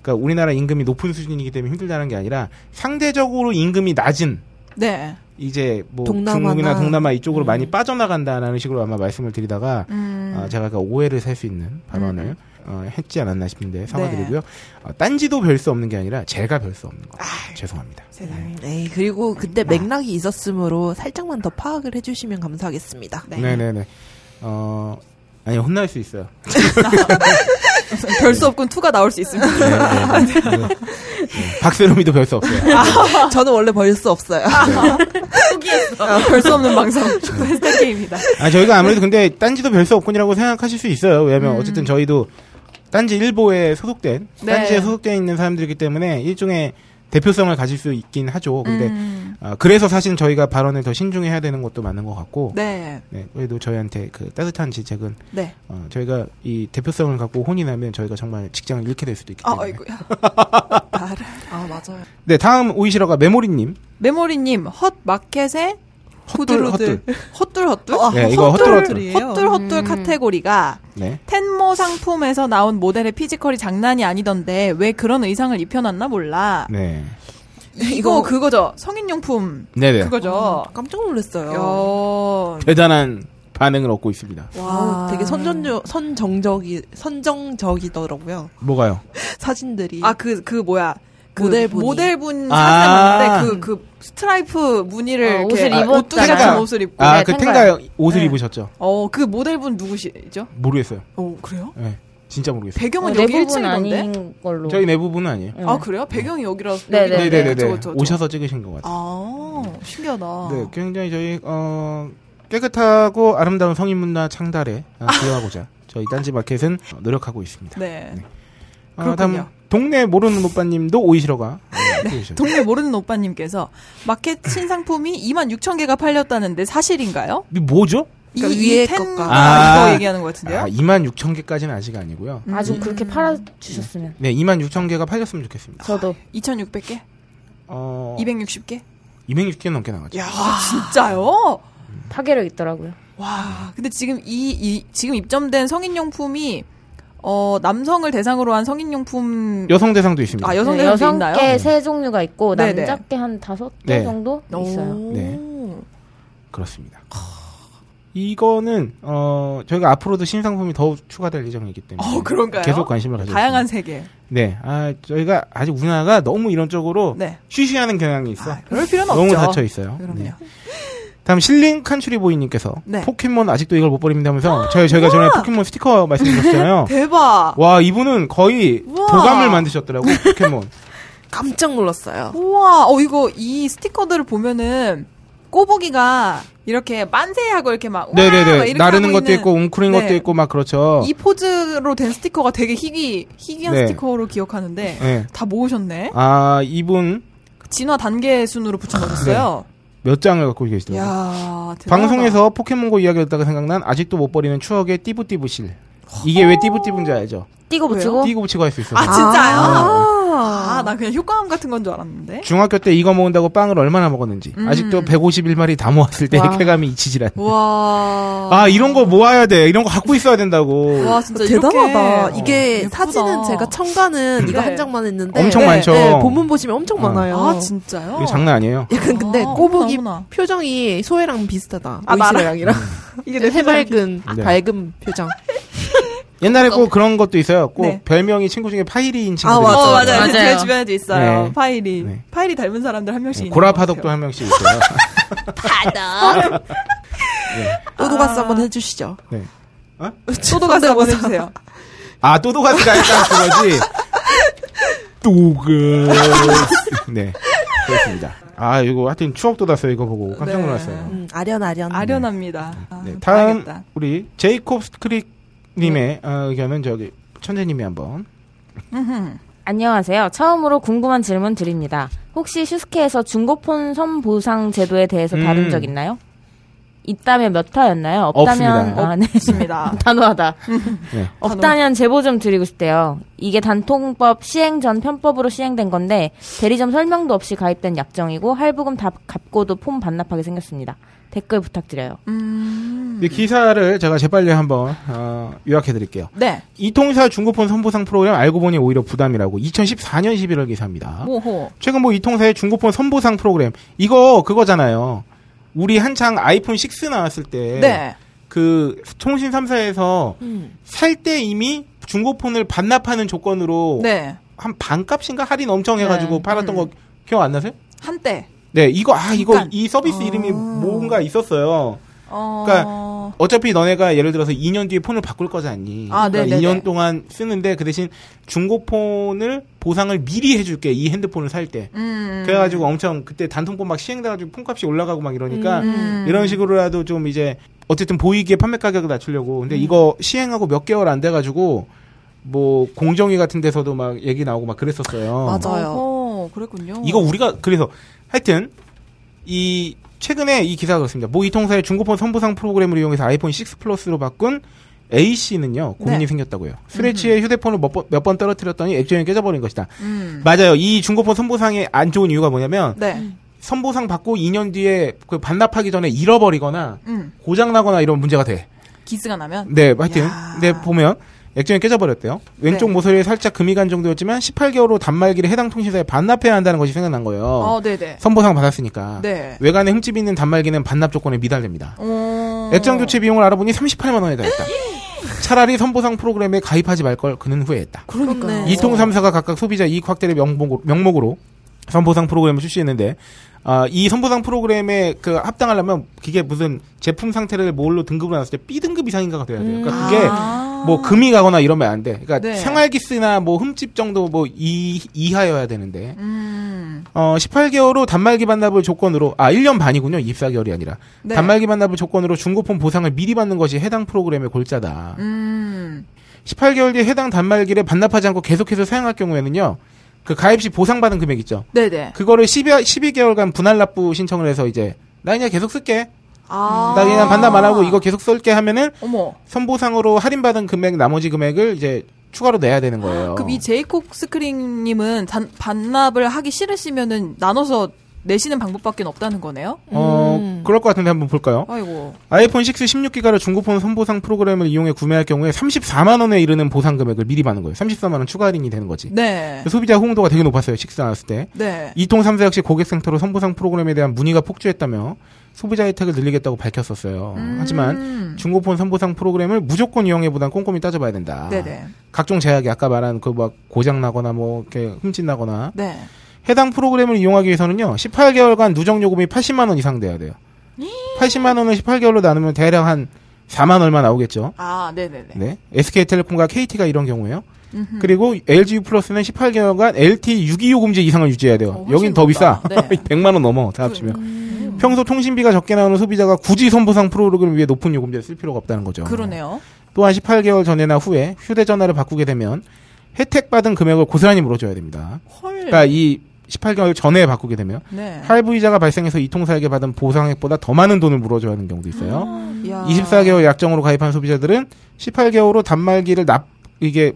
D: 그러니까 우리나라 임금이 높은 수준이기 때문에 힘들다는 게 아니라 상대적으로 임금이 낮은
E: 네.
D: 이제 뭐
F: 동남아나-
D: 중국이나 동남아 이쪽으로
F: 음.
D: 많이 빠져나간다라는 식으로 아마 말씀을 드리다가
E: 음.
D: 아, 제가 약간 오해를 살 수 있는 발언을
E: 음. 네.
D: 어, 했지 않았나 싶은데 사과드리고요. 어, 딴지도 별 수 없는 게 아니라 제가 별 수 없는 거 죄송합니다.
E: 아, 세상에.
F: 네, 그리고 그때 맥락이 있었으므로 살짝만 더 파악을 해주시면 감사하겠습니다.
D: 네. 네네 어, 아니 혼날 수
E: [laughs]
D: 있어요.
E: 별 수 없군 2가 나올 수 있습니다.
D: 네,
E: 아,
D: 네, 네. 네. 박세롬이도 별 수 없어요.
F: [laughs] 저는 원래 버릴 수 없어요. 아,
E: 별 수 없는 방송 축구 해스타 게임이다.
D: 아, 저희가 아무래도 근데 딴지도 별 수 없군이라고 생각하실 수 있어요. 왜냐면 어쨌든 저희도 딴지 일보에 소속된
E: 음. 네.
D: 딴지에 소속돼 있는 사람들이기 때문에 일종의 대표성을 가질 수 있긴 하죠. 근데
E: 음.
D: 아, 그래서 사실 저희가 발언을 더 신중해야 되는 것도 맞는 것 같고
E: 네,
D: 네, 그래도 저희한테 그 따뜻한 지책은
E: 네.
D: 어, 저희가 이 대표성을 갖고 혼이 나면 저희가 정말 직장을 잃게 될 수도 있기
E: 아,
D: 때문에.
E: 아이고야. 나를.
F: 아, 맞아요.
D: 네, 다음 오이시러가 메모리님.
E: 메모리님 헛 마켓의
D: 헛돌,
E: 후들후들 헛돌 헛돌
D: 네, 이거 헛돌, 헛돌.
E: 헛돌 헛돌 카테고리가
D: 네.
E: 텐모 상품에서 나온 모델의 피지컬이 장난이 아니던데 왜 그런 의상을 입혀놨나 몰라.
D: 네.
E: 이거 그거죠. 성인용품
D: 네네.
E: 그거죠.
F: 음, 깜짝 놀랐어요.
E: 야.
D: 대단한 반응을 얻고 있습니다.
F: 와, 되게 선전적, 선정적이, 선정적이더라고요.
D: 뭐가요?
F: 사진들이.
E: 아 그 그 뭐야 그
F: 모델분이.
E: 모델분
D: 아.
E: 사진 봤는데 그 그 스트라이프 무늬를
G: 어, 옷을
E: 이렇게
G: 입었다가.
E: 옷도 같은 옷을 입고
D: 아,
G: 네,
D: 그
G: 탱가요.
D: 탱가 옷을
E: 네.
D: 입으셨죠?
E: 어 그 모델분 누구시죠?
D: 모르겠어요.
E: 어 그래요?
D: 네. 진짜 모르겠어요.
E: 배경은
G: 내
E: 여기
G: 부분
E: 1층이던데?
G: 아닌 걸로.
D: 저희 내부분은 아니에요.
G: 네.
E: 아 그래요? 배경이 여기라서
G: 네, 네,
E: 여기던데.
D: 네네네.
E: 그쵸, 그쵸, 그쵸.
D: 오셔서 찍으신 것 같아요.
E: 아 신기하다.
D: 네, 굉장히 저희 어 깨끗하고 아름다운 성인 문화 창달에 아, 기여하고자 저희 딴지 마켓은 노력하고 있습니다.
E: 네.
D: 아,
E: 그렇군요.
D: 다음 동네 모르는 오빠님도 오이시러가 네.
E: 동네 모르는 오빠님께서 마켓 신상품이 2만 6천 개가 팔렸다는데 사실인가요?
D: 이게 뭐죠?
F: 그러니까
E: 이,
F: 위에
E: 이 텐가
F: 것과.
D: 아.
E: 이거 얘기하는 것 같은데요? 음.
D: 아, 2만 6천 개까지는 아직 아니고요.
G: 아주 그렇게 팔아주셨으면.
D: 네, 2만 6천 개가 팔렸으면 좋겠습니다.
G: 저도
E: 2,600개?
D: 어,
E: 260개?
D: 260개 넘게 나가죠.
E: 야 진짜요?
G: 파괴력 있더라고요.
E: 와, 근데 지금 이, 이- 지금 입점된 성인용품이 어 남성을 대상으로 한 성인용품
D: 여성 대상도 있습니다.
E: 아 여성
G: 네,
E: 대상도
G: 여성
E: 있나요?
G: 게 세 종류가 있고
E: 네, 네.
G: 남자께 한 다섯 개
D: 네.
G: 정도 있어요.
F: 오.
D: 네. 그렇습니다.
E: 아.
D: 이거는 어, 저희가 앞으로도 신상품이 더욱 추가될 예정이기 때문에
E: 어 그런가요?
D: 계속 관심을 가지고
E: 다양한
D: 있습니다.
E: 세계.
D: 네, 아 저희가 아직 우리나라가 너무 이런 쪽으로
E: 네.
D: 쉬쉬하는 경향이 있어.
E: 아, 그럴 필요는
D: 너무
E: 없죠.
D: 닫혀 있어요.
E: 그럼요.
D: 네. 다음 실링 칸츄리 보이님께서
E: 네.
D: 포켓몬 아직도 이걸 못 버립니다면서 저희 저희가 전에 포켓몬 스티커 말씀드렸잖아요.
E: [laughs] 대박.
D: 와 이분은 거의
E: 우와.
D: 도감을 만드셨더라고 포켓몬.
F: 깜짝 놀랐어요.
E: 우와. 어 이거 이 스티커들을 보면은 꼬부기가 이렇게 만세하고 이렇게 막 [laughs] 우와! 막
D: 네네네
E: 이렇게
D: 나르는
E: 하고
D: 것도
E: 있는
D: 있고 웅크린
E: 네.
D: 것도 있고 막 그렇죠.
E: 이 포즈로 된 스티커가 되게 희귀 희귀한
D: 네.
E: 스티커로 기억하는데
D: 네.
E: 다 모으셨네.
D: 아 이분
E: 진화 단계 순으로 붙여 놓으셨어요.
D: 몇 장을 갖고 계시더라고요.
E: 야, 대단하다.
D: 방송에서 포켓몬고 이야기했다가 생각난 아직도 못 버리는 추억의 띠부띠부실 이게 왜 띠부띠부인지 알죠?
G: 띄고 붙이고
D: 띠고 붙이고 할 수 있어.
E: 아 진짜요?
F: 아.
E: 아 나 그냥 효과음 같은 건 줄 알았는데.
D: 중학교 때 이거 모은다고 빵을 얼마나 먹었는지
E: 음.
D: 아직도 151마리 다 모았을 때
F: 와.
D: 쾌감이 잊히질 않네.
F: 와.
D: 아 이런 거 모아야 돼. 이런 거 갖고 있어야 된다고.
E: 와 진짜
F: 대단하다.
E: 이렇게, 어,
F: 이게
E: 예쁘다.
F: 사진은 제가 첨가는 이거
E: 네.
F: 한 장만 했는데
D: 엄청
F: 네,
D: 많죠.
F: 네, 본문 보시면 엄청
D: 어.
F: 많아요.
E: 아 진짜요?
D: 이거 장난 아니에요.
F: 약간 근데
E: 아,
F: 꼬북이
E: 그렇구나.
F: 표정이 소혜랑 비슷하다.
E: 아, 나랑?
F: 오이시랑이랑
E: [laughs] 이게 내
F: [laughs] 해맑은
D: 네.
F: 밝은 표정.
D: 옛날에 꼭 그런 것도 있어요. 꼭
E: 네.
D: 별명이 친구 중에 파이리인 친구들.
F: 맞아,
E: 어,
F: 맞아.
G: 맞아요.
E: 맞아요. 제 주변에도 있어요.
D: 네.
E: 파일이.
D: 네.
E: 파일이 닮은 사람들 한
F: 네.
E: 명씩 있는 것
D: 고라파덕도
E: 같아요.
D: 한 명씩 있어요. [laughs]
E: 아.
F: 또도가스 한번 해주시죠.
D: 네.
E: 소도가스 한번 해주세요.
D: 아 또도가스가 일단 그거지. 또가스. 네. 그렇습니다. 아 이거 하여튼 추억 돋았어요. 이거 보고 깜짝
E: 네.
D: 놀랐어요.
F: 음, 아련 아련.
E: 아련합니다. 아,
D: 네, 다음
E: 봐야겠다. 네.
D: 우리 제이콥 스크릭님의 어, 의견은 저기 천재님이 한번.
E: 음흠.
G: 안녕하세요. 처음으로 궁금한 질문 드립니다. 혹시 슈스케에서 중고폰 선보상 제도에 대해서 다룬
D: 음.
G: 적 있나요? 있다면 몇 화였나요? 없다면
D: 없습니다.
G: 아, 네.
E: 좋습니다.
G: 단호하다.
D: 네.
G: 없다면 제보 좀 드리고 싶대요. 이게 단통법 시행 전 편법으로 시행된 건데 대리점 설명도 없이 가입된 약정이고 할부금 다 갚고도 폼 반납하게 생겼습니다. 댓글 부탁드려요.
E: 음.
D: 이 기사를 제가 재빨리 한번 어, 요약해 드릴게요.
E: 네.
D: 이통사 중고폰 선보상 프로그램 알고 보니 오히려 부담이라고 2014년 11월 기사입니다.
E: 모호.
D: 최근 뭐 이통사의 중고폰 선보상 프로그램 이거 그거잖아요. 우리 한창 아이폰 6 나왔을
E: 네.
D: 때 그 통신 3사에서
F: 음.
D: 살 때 이미 중고폰을 반납하는 조건으로
E: 네.
D: 한 반값인가 할인 엄청 해가지고
G: 네.
D: 팔았던
E: 음.
D: 거 기억 안 나세요?
E: 한때.
D: 네, 이거 아 이거
E: 잠깐.
D: 이 서비스
E: 어.
D: 이름이 뭔가 있었어요.
E: 어.
D: 그러니까- 어차피 너네가 예를 들어서 2년 뒤에 폰을 바꿀 거잖니.
E: 아,
D: 그러니까
E: 네네네.
D: 2년 동안 쓰는데 그 대신 중고폰을 보상을 미리 해줄게 이 핸드폰을 살 때.
E: 음.
D: 그래가지고 엄청 그때 단통폰 막 시행돼가지고 폰값이 올라가고 막 이러니까
E: 음.
D: 이런 식으로라도 좀 이제 어쨌든 보이기에 판매 가격을 낮추려고.
E: 음.
D: 근데 이거 시행하고 몇 개월 안 돼가지고 뭐 공정위 같은 데서도 막 얘기 나오고 막 그랬었어요.
F: 맞아.
E: 어허, 그랬군요.
D: 이거 우리가 그래서 하여튼 이 최근에 이 기사가 그렇습니다. 모 이통사의 중고폰 선보상 프로그램을 이용해서 아이폰 6 플러스로 바꾼 A 씨는요 고민이
E: 네.
D: 생겼다고요. 스레치에 휴대폰을 몇 번 떨어뜨렸더니 액정이 깨져버린 것이다.
E: 음.
D: 맞아요. 이 중고폰 선보상에 안 좋은 이유가 뭐냐면
E: 네.
D: 선보상 받고 2년 뒤에 그 반납하기 전에 잃어버리거나
E: 음.
D: 고장나거나 이런 문제가 돼.
E: 기스가 나면.
D: 네, 하여튼
E: 야.
D: 네 보면 액정이 깨져버렸대요. 왼쪽
E: 네.
D: 모서리에 살짝 금이 간 정도였지만 18개월 후 단말기를 해당 통신사에 반납해야 한다는 것이 생각난 거예요.
E: 어, 네네.
D: 선보상 받았으니까
E: 네.
D: 외관에 흠집 있는 단말기는 반납 조건에 미달됩니다.
E: 어.
D: 액정 교체 비용을 알아보니 38만 원에
E: [gasps]
D: 달했다. 차라리 선보상 프로그램에 가입하지 말 걸 그는 후회했다.
E: 그러니까요.
F: 그렇네.
D: 이통 삼사가 각각 소비자 이익 확대를 명목으로, 명목으로 선보상 프로그램을 출시했는데 아, 이 선보상 프로그램에 그 합당하려면 그게 무슨 제품 상태를 뭘로 등급으로 나눴을 때 B 등급 이상인가가 돼야 돼요. 그러니까 그게
E: 아.
D: 뭐 금이 가거나 이러면 안 돼. 그러니까
E: 네.
D: 생활기스나 뭐 흠집 정도 뭐 이, 이하여야 되는데
E: 음.
D: 어, 18개월 후 단말기 반납을 조건으로, 아, 1년 반이군요. 24개월이 아니라.
E: 네.
D: 단말기 반납을 조건으로 중고폰 보상을 미리 받는 것이 해당 프로그램의 골자다.
E: 음.
D: 18개월 뒤에 해당 단말기를 반납하지 않고 계속해서 사용할 경우에는요, 그 가입 시 보상받은 금액 있죠.
E: 네네.
D: 그거를 12, 12개월간 분할 납부 신청을 해서 이제, 나 그냥 계속 쓸게.
E: 아.
D: 나 그냥 반납 안 하고 이거 계속 쓸게 하면은,
E: 어머.
D: 선보상으로 할인받은 금액, 나머지 금액을 이제 추가로 내야 되는 거예요.
E: 아, 그럼 이 제이콥 스크린님은 잔- 반납을 하기 싫으시면은 나눠서 내시는 방법밖에 없다는 거네요?
D: 어,
F: 음.
D: 그럴 것 같은데 한번 볼까요?
E: 아이고.
D: 아이폰 6 16기가를 중고폰 선보상 프로그램을 이용해 구매할 경우에 34만 원에 이르는 보상 금액을 미리 받는 거예요. 34만 원 추가 할인이 되는 거지.
E: 네.
D: 소비자 호응도가 되게 높았어요. 6 나왔을 때.
E: 네.
D: 이통 3사 역시 고객센터로 선보상 프로그램에 대한 문의가 폭주했다며 소비자 혜택을 늘리겠다고 밝혔었어요.
E: 음.
D: 하지만 중고폰 선보상 프로그램을 무조건 이용해보단 꼼꼼히 따져봐야 된다.
E: 네네.
D: 각종 제약이 아까 말한 그 막 고장 나거나 뭐 이렇게 흠집 나거나
E: 네.
D: 해당 프로그램을 이용하기 위해서는요, 18개월간 누적 요금이 80만 원 이상 돼야 돼요. 80만 원을 18개월로 나누면 대략 한 4만 얼마 나오겠죠.
E: 아, 네네네.
D: 네. SK텔레콤과 KT가 이런 경우예요.
E: 음흠.
D: 그리고 LG U 플러스는 18개월간 LTE 6 2 요금제 이상을 유지해야 돼요.
E: 어, 훨씬
D: 여긴 더 비싸. [laughs]
E: 높다. 네. 음.
D: 100만 원 넘어 다 합치면. 평소 통신비가 적게 나오는 소비자가 굳이 선보상 프로그램 위에 높은 요금제를 쓸 필요가 없다는 거죠.
E: 그러네요.
D: 또한 18개월 전에나 후에 휴대전화를 바꾸게 되면 혜택 받은 금액을 고스란히 물어줘야 됩니다.
E: 헐.
D: 그러니까 이 18개월 전에 바꾸게 되면
E: 네.
D: 할부이자가 발생해서 이통사에게 받은 보상액보다 더 많은 돈을 물어줘야 하는 경우도 있어요.
E: 이야.
D: 24개월 약정으로 가입한 소비자들은 18개월로 단말기를 납 이게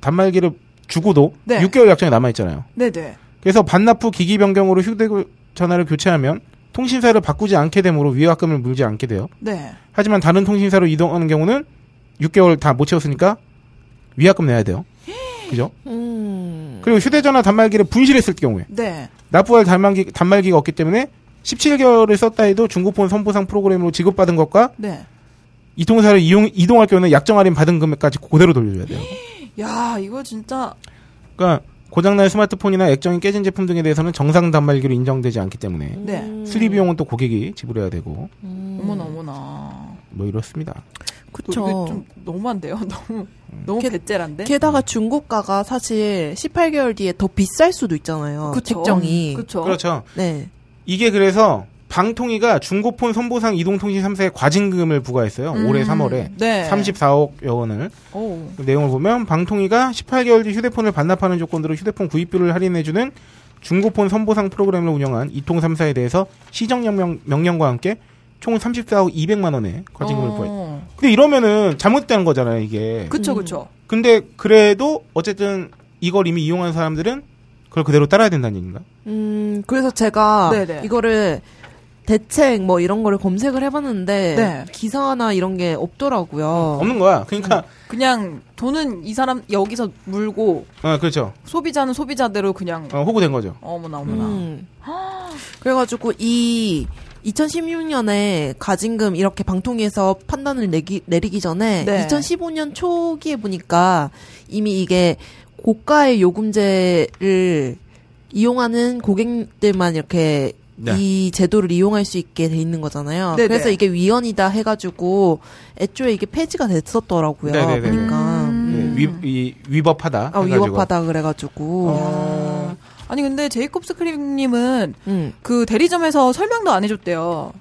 D: 단말기를 주고도
E: 네.
D: 6개월 약정이 남아 있잖아요.
E: 네네.
D: 그래서 반납 후 기기 변경으로 휴대전화를 교체하면 통신사를 바꾸지 않게 되므로 위약금을 물지 않게 돼요.
E: 네.
D: 하지만 다른 통신사로 이동하는 경우는 6개월 다 못 채웠으니까 위약금 내야 돼요. 그죠?
F: 음.
D: 그리고 휴대전화 단말기를 분실했을 경우에
E: 네.
D: 납부할 단말기, 단말기가 없기 때문에 17개월을 썼다 해도 중고폰 선보상 프로그램으로 지급받은 것과
E: 네.
D: 이통사를 이용, 이동할 경우는 약정 할인 받은 금액까지 그대로 돌려줘야 돼요.
E: 야, 이거 진짜
D: 그러니까 고장난 스마트폰이나 액정이 깨진 제품 등에 대해서는 정상 단말기로 인정되지 않기 때문에
E: 네.
D: 수리 비용은 또 고객이 지불해야 되고
E: 어머나 어머나.
D: 뭐 이렇습니다.
E: 또 이게
F: 그쵸.
E: 좀 네? 너무한데요. [laughs] 너무 너무
F: 게-
E: 배째란데.
F: 게다가 중고가가 사실 18개월 뒤에 더 비쌀 수도 있잖아요.
E: 그쵸?
F: 책정이.
E: 어, 그쵸?
D: 그렇죠.
F: 네.
D: 이게 그래서 방통위가 중고폰 선보상 이동통신 3사에 과징금을 부과했어요.
E: 음,
D: 올해 3월에
E: 네.
D: 34억 여원을
E: 오.
D: 그 내용을 보면 방통위가 18개월 뒤 휴대폰을 반납하는 조건으로 휴대폰 구입비를 할인해주는 중고폰 선보상 프로그램을 운영한 이통 3사에 대해서 시정명령 명령과 함께 총 34억 200만 원의 과징금을
E: 어.
D: 부과했다. 근데 이러면은 잘못된 거잖아요, 이게.
E: 그쵸
F: 음.
E: 그쵸.
D: 근데 그래도 어쨌든 이걸 이미 이용한 사람들은 그걸 그대로 따라야 된다는 얘기인가?
F: 음, 그래서 제가
E: 네네.
F: 이거를 대책 뭐 이런 거를 검색을 해봤는데
E: 네.
F: 기사나 이런 게 없더라고요.
D: 없는 거야. 그러니까
E: 그냥 돈은 이 사람 여기서 물고
D: 어, 그렇죠.
E: 소비자는 소비자대로 그냥
D: 어, 호구된 거죠.
E: 어머나 어머나.
F: 음. 그래가지고 이 2016년에 가징금 이렇게 방통위에서 판단을 내기, 내리기 전에
E: 네.
F: 2015년 초기에 보니까 이미 이게 고가의 요금제를 이용하는 고객들만 이렇게
D: 네.
F: 이 제도를 이용할 수 있게 돼 있는 거잖아요.
E: 네네.
F: 그래서 이게 위헌이다 해가지고 애초에 이게 폐지가 됐었더라고요.
D: 네네네.
E: 음.
F: 보니까 음.
D: 네, 위, 이, 위법하다.
F: 아
D: 해가지고.
F: 위법하다 그래가지고
E: 야. 아니 근데 제이콥스 크림님은
F: 음.
E: 그 대리점에서 설명도 안 해줬대요.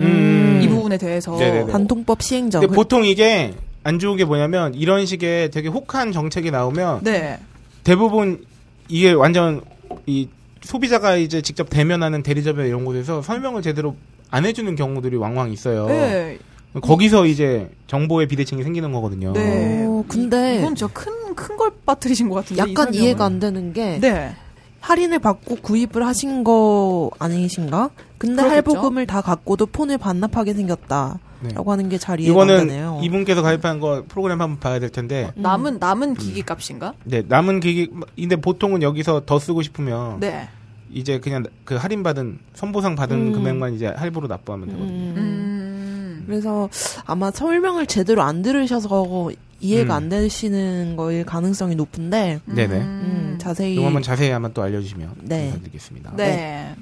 D: 음.
E: 이 부분에 대해서.
D: 네네네.
F: 단통법 시행정
D: 근데 보통 이게 안 좋은 게 뭐냐면 이런 식의 되게 혹한 정책이 나오면
E: 네.
D: 대부분 이게 완전 이 소비자가 이제 직접 대면하는 대리점이나 이런 곳에서 설명을 제대로 안 해주는 경우들이 왕왕 있어요.
E: 네.
D: 거기서 이제 정보의 비대칭이 생기는 거거든요.
E: 네.
F: 어, 근데
E: 이건 진짜 큰, 큰 걸 빠뜨리신 것 같은데. 이
F: 약간
E: 설명은.
F: 이해가 안 되는 게
E: 네.
F: 할인을 받고 구입을 하신 거 아니신가? 근데
E: 그렇겠죠.
F: 할부금을 다 갖고도 폰을 반납하게 생겼다라고
D: 네.
F: 하는 게 잘 이해가 안 되네요.
D: 이거는 이분께서 가입한 거 프로그램 한번 봐야 될 텐데
E: 남은,
D: 음.
E: 남은 기기 값인가?
D: 네, 남은 기기 근데 보통은 여기서 더 쓰고 싶으면
E: 네.
D: 이제 그냥 그 할인 받은 선보상 받은
F: 음.
D: 금액만 이제 할부로 납부하면 되거든요.
F: 음.
E: 음.
F: 그래서 아마 설명을 제대로 안 들으셔서 이해가
D: 음.
F: 안 되시는 거일 가능성이 높은데
D: 네네.
F: 음, 자세히
D: 이거 한번 자세히 한번 또 알려주시면
F: 네.
D: 감사드리겠습니다.
E: 네.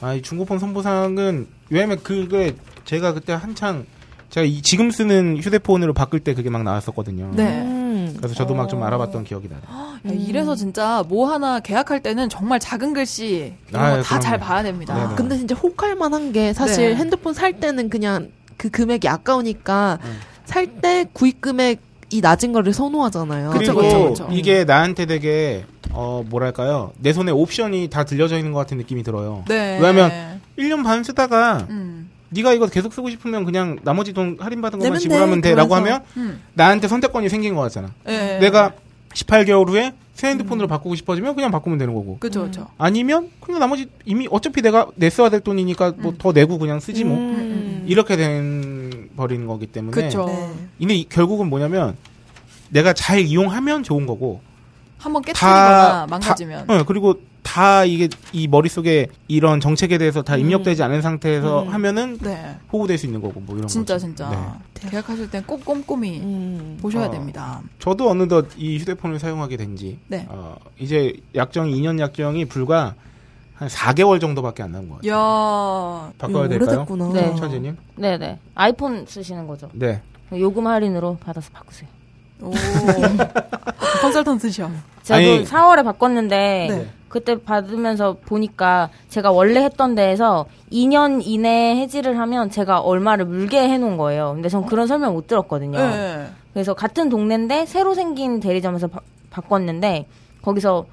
D: 아, 이 중고폰 선보상은 왜냐면 그게 제가 그때 한창 제가 이 지금 쓰는 휴대폰으로 바꿀 때 그게 막 나왔었거든요.
E: 네.
F: 음.
D: 그래서 저도 막 좀 알아봤던 기억이 나요.
E: 야, 이래서 진짜 뭐 하나 계약할 때는 정말 작은 글씨
D: 아,
E: 이런
D: 예,
E: 거 다 잘
D: 그럼요.
E: 봐야 됩니다.
D: 네네.
F: 아, 근데 진짜 혹할 만한 게 사실
E: 네.
F: 핸드폰 살 때는 그냥 그 금액이 아까우니까
D: 음.
F: 살 때 구입 금액이 낮은 거를 선호하잖아요.
E: 그쵸,
D: 그리고
E: 그쵸, 그쵸.
D: 이게 나한테 되게 어 뭐랄까요 내 손에 옵션이 다 들려져 있는 것 같은 느낌이 들어요.
E: 네.
D: 왜냐면 1년 반 쓰다가
E: 음.
D: 네가 이거 계속 쓰고 싶으면 그냥 나머지 돈 할인 받은 것만
E: 네,
F: 내면
D: 지불하면
F: 돼,
D: 네, 돼라고
F: 그래서.
D: 하면
E: 음.
D: 나한테 선택권이 생긴 것 같잖아.
E: 예.
D: 내가 18개월 후에 새
E: 음.
D: 핸드폰으로 바꾸고 싶어지면 그냥 바꾸면 되는 거고.
E: 그쵸, 그쵸.
D: 음. 아니면 그냥 나머지 이미 어차피 내가 내 써야 될 돈이니까
E: 음.
D: 뭐 더 내고 그냥 쓰지 뭐
F: 음.
D: 이렇게 된 버리는 거기 때문에
E: 그쵸.
F: 네.
D: 근데 이- 결국은 뭐냐면 내가 잘 이용하면 좋은 거고
E: 한번
D: 다
E: 깨트리거나 망가지면.
D: 다, 어, 그리고 다 이게 이 머릿속에 이런 정책에 대해서
E: 음.
D: 다 입력되지 않은 상태에서 하면은
E: 네.
D: 호구될 수 있는 거고 뭐 이런
E: 진짜
D: 거죠.
E: 진짜
D: 네.
E: 계약하실 땐 꼭 꼼꼼히
F: 음.
E: 보셔야
D: 어.
E: 됩니다.
D: 저도 어느덧 이 휴대폰을 사용하게 된지
E: 네.
D: 어, 이제 약정이 2년 약정이 불과 한 4개월 정도밖에 안 남은 것 같아요.
E: 야,
D: 바꿔야
F: 이거
D: 될까요?
F: 오래됐구나.
G: 네.
D: 천재님?
G: 네네. 아이폰 쓰시는 거죠.
D: 네.
G: 요금 할인으로 받아서 바꾸세요.
E: 오 [laughs] 컨설턴트 시험.
G: 제가
D: 아니.
G: 4월에 바꿨는데
E: 네.
G: 그때 받으면서 보니까 제가 원래 했던 데에서 2년 이내에 해지를 하면 제가 얼마를 물게 해놓은 거예요. 근데 전 그런 설명 못 들었거든요.
E: 네.
G: 그래서 같은 동네인데 새로 생긴 대리점에서 바, 꿨는데 거기서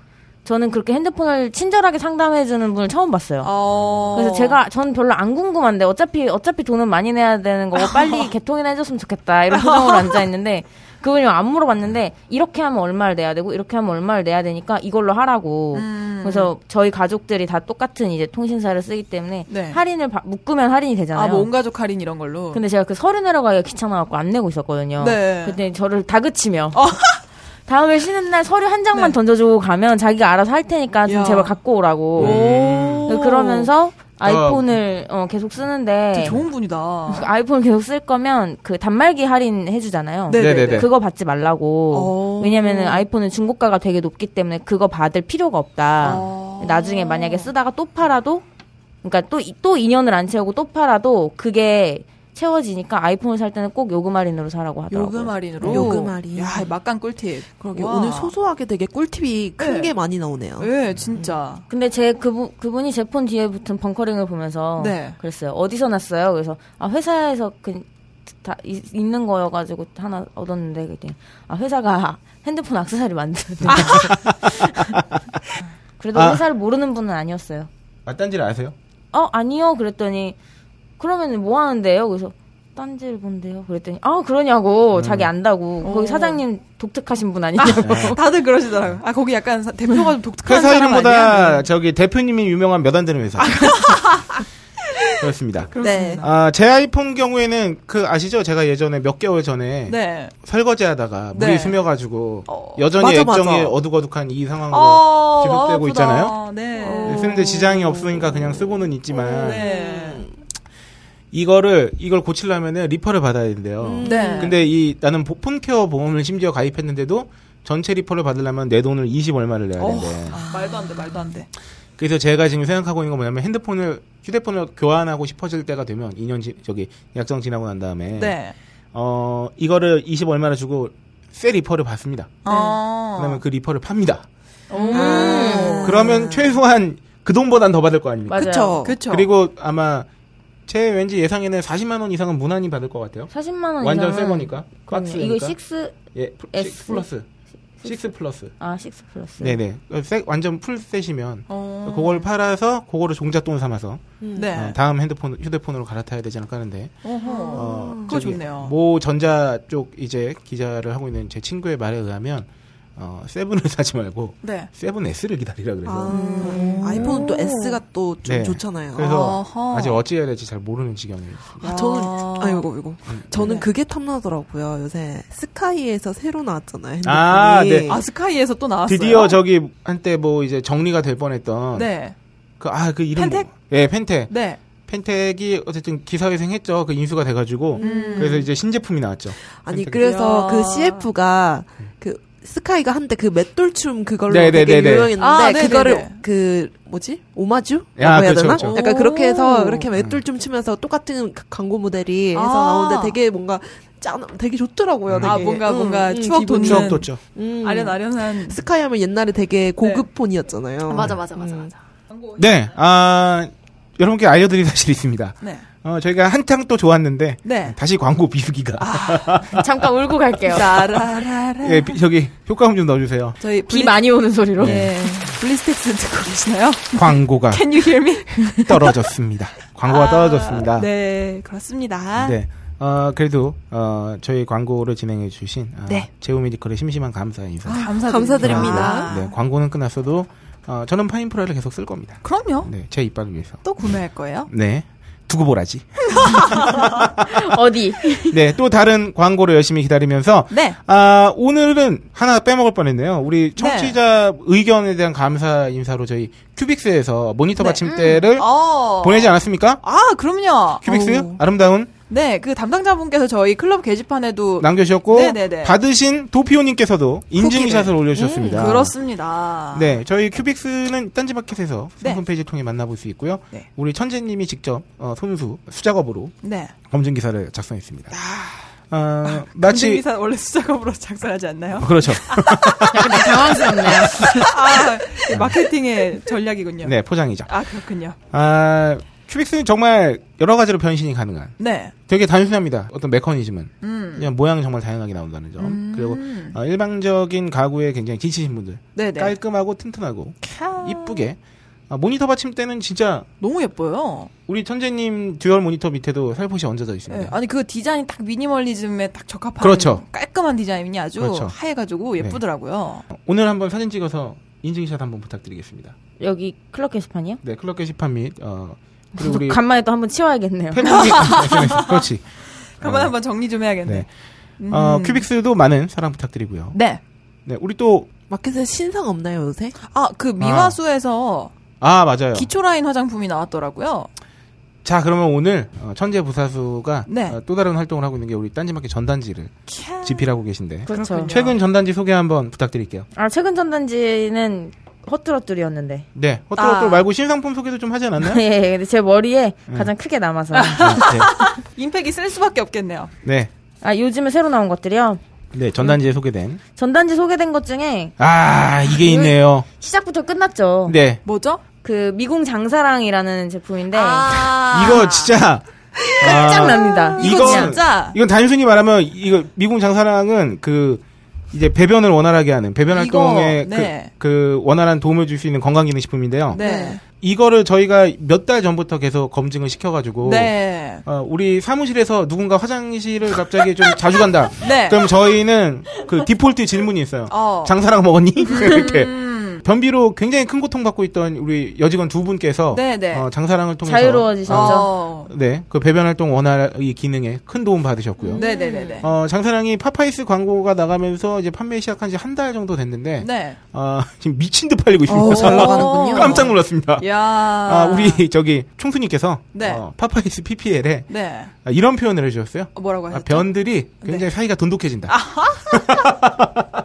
G: 저는 그렇게 핸드폰을 친절하게 상담해주는 분을 처음
D: 아.
G: 봤어요.
E: 어.
G: 그래서 제가 전 별로 안 궁금한데 어차피 어차피 돈은 많이 내야 되는 거고
E: [laughs]
G: 빨리 개통이나 해줬으면 좋겠다 이런 표정으로 앉아 있는데 그분이 안 물어봤는데 이렇게 하면 얼마를 내야 되고 이렇게 하면 얼마를 내야 되니까 이걸로 하라고
E: 음.
G: 그래서 저희 가족들이 다 똑같은 이제 통신사를 쓰기 때문에
E: 네.
G: 할인을 바- 묶으면 할인이 되잖아요.
E: 아, 뭐 온가족 할인 이런 걸로.
G: 근데 제가 그 서류 내러 가기가 귀찮아갖고 안 내고 있었거든요.
E: 네.
G: 그때 저를 다그치며.
E: 어.
G: [laughs] 다음에 쉬는 날 서류 한 장만 던져주고 가면 자기가 알아서 할 테니까 좀
E: 네. 야.
G: 제발 갖고 오라고.
E: 오.
G: 그러면서 아이폰을 어, 계속 쓰는데
E: 되게 좋은 분이다.
G: 아이폰 계속 쓸 거면 그 단말기 할인 해주잖아요.
E: 네,
D: 네네네.
E: 네.
G: 그거 받지 말라고.
E: 오.
G: 왜냐면은 아이폰은 중고가가 되게 높기 때문에 그거 받을 필요가 없다.
E: 어.
G: 나중에 만약에 쓰다가 또 팔아도, 그러니까 또, 이- 또 2년을 안 채우고 또 팔아도 그게 채워지니까 아이폰을 살 때는 꼭 요금 할인으로 사라고 하더라고요.
E: 요금 할인으로.
F: 요금 할인.
E: 야, 막간 꿀팁.
F: 그러게
E: 와.
F: 오늘 소소하게 되게 꿀팁이 큰
E: 네.
F: 게 많이 나오네요.
E: 예, 진짜.
G: 근데 제 그분 그분이 제 폰 뒤에 붙은 벙커링을 보면서
E: 네.
G: 그랬어요. 어디서 났어요? 그래서 아 회사에서 그 다 있- 있는 거여가지고 하나 얻었는데 그랬더니 아 회사가 핸드폰 악세사리 만드는데 그래도
D: 아.
G: 회사를 모르는 분은 아니었어요.
D: 맞단지를 아세요?
G: 어 아니요 그랬더니 그러면 뭐 하는데요? 그래서 딴지를 본대요. 그랬더니 아 그러냐고 자기
D: 음.
G: 안다고
E: 오.
G: 거기 사장님 독특하신 분 아니냐고
E: 다들 그러시더라고요. 아, 거기 약간 사- 대표가 좀 독특한
D: 네. 그 회사
E: 사람 아니야? 네.
D: 이름보다 저기 대표님이 유명한 몇 안 되는
E: [laughs]
D: 회사. 그렇습니다.
F: 네.
E: 그렇습니다.
D: 아, 제 아이폰 경우에는 그 아시죠? 제가 예전에 몇 개월 전에
E: 네.
D: 설거지하다가 물이
E: 네.
D: 스며가지고
E: 어,
D: 여전히
F: 맞아, 맞아.
D: 액정이 어둑어둑한 이 상황으로
E: 어,
D: 지급되고
E: 아프다.
D: 있잖아요. 어.
E: 네.
D: 쓰는데 지장이 없으니까 그냥 쓰고는 있지만
E: 네.
D: 이거를 이걸 고치려면은 리퍼를 받아야 된대요.
E: 네.
D: 근데 이 나는 보- 폰케어 보험을 심지어 가입했는데도 전체 리퍼를 받으려면 내 돈을 20 얼마를 내야
E: 어.
D: 된대.
E: 말도 안 돼, 말도 안 돼.
D: 그래서 제가 지금 생각하고 있는 건 뭐냐면 핸드폰을 휴대폰을 교환하고 싶어질 때가 되면 2년 지, 저기 약정 지나고 난 다음에
E: 네.
D: 어 이거를 20 얼마나 주고 새 리퍼를 받습니다.
E: 어.
D: 그다음에 그 리퍼를 팝니다.
G: 어.
E: 음.
D: 그러면 최소한 그 돈보단 더 받을 거 아닙니까?
G: 맞아요.
F: 그쵸.
E: 그쵸.
D: 그리고 아마 제 왠지 예상에는 40만 원 이상은 무난히 받을 것 같아요.
G: 40만 원
D: 완전
G: 어, 이상은-
D: 새 거니까.
G: 그럼요.
D: 박스니까.
G: 이거 6
D: 예, 플-
G: S.
D: 시- 플러스. 6 플러스.
G: 아6 플러스
D: 네, 네. 완전 풀 셋이면
E: 어.
D: 그걸 팔아서 그거를 종잣돈 삼아서
E: 네.
D: 어, 다음 핸드폰 휴대폰으로 갈아타야 되지 않을까 하는데
E: 어허.
D: 어,
E: 그거
D: 저기
E: 좋네요.
D: 모 전자 쪽 이제 기자를 하고 있는 제 친구의 말에 의하면 어, 세븐을 [laughs] 사지 말고
E: 네.
D: 세븐 S를 기다리라 그래서
E: 음.
F: 아, 아이폰은 또 S가 또 좀
D: 네.
F: 좋잖아요.
D: 그래서
E: 어허.
D: 아직 어찌해야 될지 잘 모르는 지경이에요.
F: 아, 저는
E: 아.
F: 아이고 이거 저는
E: 네.
F: 그게 탐나더라고요. 요새 스카이에서 새로 나왔잖아요. 핸드폰이.
D: 아,
F: 예.
D: 네.
E: 아, 스카이에서 또 나왔어요.
D: 드디어 저기 한때 뭐 이제 정리가 될 뻔했던
E: 네.
D: 그 아 그 이름
E: 펜텍?
D: 뭐- 예 펜텍
E: 네.
D: 펜텍이 어쨌든 기사회생했죠 그 인수가 돼가지고
E: 음.
D: 그래서 이제 신제품이 나왔죠
F: 아니
D: 펜텍이.
E: 이야.
F: 그래서 그 CF가 그 스카이가 한때 그 맷돌춤 그걸로
D: 네, 네,
F: 되게
D: 네, 네.
F: 유명했는데
E: 아, 네,
F: 그거를
E: 네, 네.
F: 그 뭐지 오마주라고
D: 야,
F: 해야
D: 그렇죠,
F: 되나?
D: 그렇죠.
F: 약간 그렇게 해서
E: 오.
F: 그렇게 맷돌춤 추면서 똑같은 가- 광고 모델이 해서
E: 아.
F: 나오는데 되게 뭔가 짠, 되게 좋더라고요.
D: 음.
F: 되게.
E: 아, 뭔가,
F: 음,
E: 뭔가
F: 음,
E: 추억
F: 기분이.
E: 돋는.
D: 추억 돋죠
F: 음.
E: 아련아련한. 네.
F: 스카이하면 옛날에 되게 고급 폰이었잖아요.
A: 맞아 맞아 맞아 맞아.
D: 네아 여러분께 알려드릴 사실이 있습니다
E: 네.
D: 어 저희가 한창 또 좋았는데
E: 네. 아.
D: 다시 광고 비수기가
G: [laughs] 잠깐 울고 갈게요.
E: 라라라라.
D: 네. 예 비- 저기 효과음 좀 넣어주세요
E: 저희
G: 비
E: 블리,
G: 많이 오는 소리로.
D: 네.
E: 예. 블리스텍스 듣고 계시나요? [laughs]
D: 광고가
E: Can you hear me?
D: 떨어졌습니다 광고가 떨어졌습니다
E: 아, 네, 그렇습니다.
D: 네. 어, 그래도 어, 저희 광고를 진행해 주신 어,
E: 네.
D: 제우메디컬의 심심한 감사 인사
E: 아, 감사드립니다. 아,
F: 감사드립니다.
D: 네, 광고는 끝났어도 어, 저는 파인프라를 계속 쓸 겁니다.
E: 그럼요.
D: 네, 제 이빨을 위해서.
E: 또 구매할 거예요.
D: 네. 두고 보라지.
G: [laughs] 어디?
D: 네, 또 다른 광고를 열심히 기다리면서
E: 네.
D: 아, 오늘은 하나 빼먹을 뻔했네요. 우리 청취자 의견에 대한 감사 인사로 저희 큐빅스에서 모니터 받침대를
E: 네. 어.
D: 보내지 않았습니까?
E: 아, 그럼요.
D: 큐빅스
E: 어우.
D: 아름다운
E: 네, 그 담당자분께서 저희 클럽 게시판에도
D: 남겨주셨고
E: 어. 네네네. 음,
D: 받으신 도피오님께서도 인증샷을 올려주셨습니다.
E: 아. 그렇습니다.
D: 네, 저희 큐빅스는 딴지마켓에서
E: 네.
D: 홈페이지 통해 만나볼 수 있고요.
E: 네.
D: 우리 천재님이 직접 어, 손수 수작업으로
E: 네.
D: 검증 기사를 작성했습니다.
E: 아.
D: 어, 마치
E: 기사 원래 수작업으로 작성하지 않나요?
D: 그렇죠.
G: 약간
E: [laughs]
G: 당황스럽네요.
E: 아, 마케팅의 아, 전략이군요.
D: 네, 포장이죠.
E: 아, 그렇군요.
D: 아, 큐빅스는 정말 여러 가지로 변신이 가능한
E: 네.
D: 되게 단순합니다. 어떤 메커니즘은
E: 음.
D: 그냥 모양이 정말 다양하게 나온다는 점. 네. 그리고
E: 음.
D: 어, 일방적인 가구에 굉장히 지치신 분들
E: 네네.
D: 깔끔하고 튼튼하고
E: 캬.
D: 이쁘게 아, 모니터 받침대는 진짜
E: 너무 예뻐요.
D: 우리 천재님 듀얼 모니터 밑에도 살포시 얹어져
E: 네.
D: 있습니다.
E: 아니 그 디자인이 딱 미니멀리즘에 딱 적합한
D: 그렇죠.
E: 깔끔한 디자인이 아주
D: 그렇죠. 아.
E: 하얘가지고 예쁘더라고요.
D: 오늘 한번 사진 찍어서 인증샷 한번 부탁드리겠습니다.
G: 여기 클럽 게시판이요?
D: 네, 클럽 게시판 및 어, 그리고 우리
G: 간만에 또 한번 치워야겠네요.
E: [laughs]
D: 팬분이 SNS, 그렇지.
E: 그러면
D: 어,
E: 한번 정리 좀 해야겠네.
D: 네.
E: 음.
D: 어, 큐빅스도 많은 사랑 부탁드리고요.
E: 네.
D: 네, 우리 또
F: 마켓에 신상 없나요 요새?
E: 아 그 미화수에서
D: 아, 맞아요.
E: 기초 라인 화장품이 나왔더라고요.
D: 자, 그러면 오늘 어, 천재 부사수가
E: 네. 음.
D: 어, 또 다른 활동을 하고 있는 게 우리 딴지마켓 전단지를
E: 캬.
D: 집필하고 계신데
G: 그렇죠.
D: 최근 전단지 소개 한번 부탁드릴게요.
G: 아 최근 전단지는 헛들헛들이었는데.
D: 네, 헛돌헛돌
E: 아.
D: 말고 신상품 소개도 좀 하지
E: [laughs]
D: 않았나요? 네.
G: [laughs] 예, 근데 제 머리에 가장 크게 남아서.
E: 임팩이 쓸 수밖에 없겠네요.
D: 네,
G: 아 요즘에 새로 나온 것들이요.
D: 네, 전단지에 소개된
G: 전단지 소개된 것 중에
D: 아 이게 있네요.
G: 시작부터 끝났죠.
D: 네,
E: 뭐죠?
G: 그 미궁 장사랑이라는 제품인데
E: 아.
D: 이거 진짜 아.
G: 짱납니다.
E: 이거
D: 이건-
E: 진짜
D: 이건 단순히 말하면 이거 미궁 장사랑은 그 이제 배변을 원활하게 하는 배변
E: 이거,
D: 활동에
E: 네.
D: 그, 그 원활한 도움을 줄 수 있는 건강기능 식품인데요.
E: 네.
D: 이거를 저희가 몇 달 전부터 계속 검증을 시켜가지고
E: 네.
D: 어, 우리 사무실에서 누군가 화장실을 갑자기 좀 자주 간다.
E: 네.
D: 그럼 저희는 그 디폴트 질문이 있어요.
E: 어.
D: 장사랑 먹었니? [laughs] 이렇게
E: 음.
D: 변비로 굉장히 큰 고통 받고 있던 우리 여직원 두 분께서
E: 네, 네.
D: 어, 장사랑을 통해서
G: 자유로워지셨죠.
E: 어.
D: 네, 그 배변 활동 원활 이 기능에 큰 도움 받으셨고요.
E: 음, 네네네네.
D: 어, 장사랑이 파파이스 광고가 나가면서 이제 판매 시작한 지 한 달 정도 됐는데
E: 네.
D: 아, 지금 미친 듯 팔리고 [laughs]
F: 오,
D: 있습니다.
F: 잘 나가는군요.
D: 깜짝 놀랐습니다.
E: 야.
D: 아,
E: [laughs]
D: 우리 저기 총수님께서
E: 네.
D: 어, 파파이스 PPL에 아,
E: 네.
D: 이런 표현을 해주셨어요.
E: 어, 뭐라고
D: 아,
E: 하셨죠? 네.
D: 변들이 굉장히 사이가 돈독해진다. [laughs]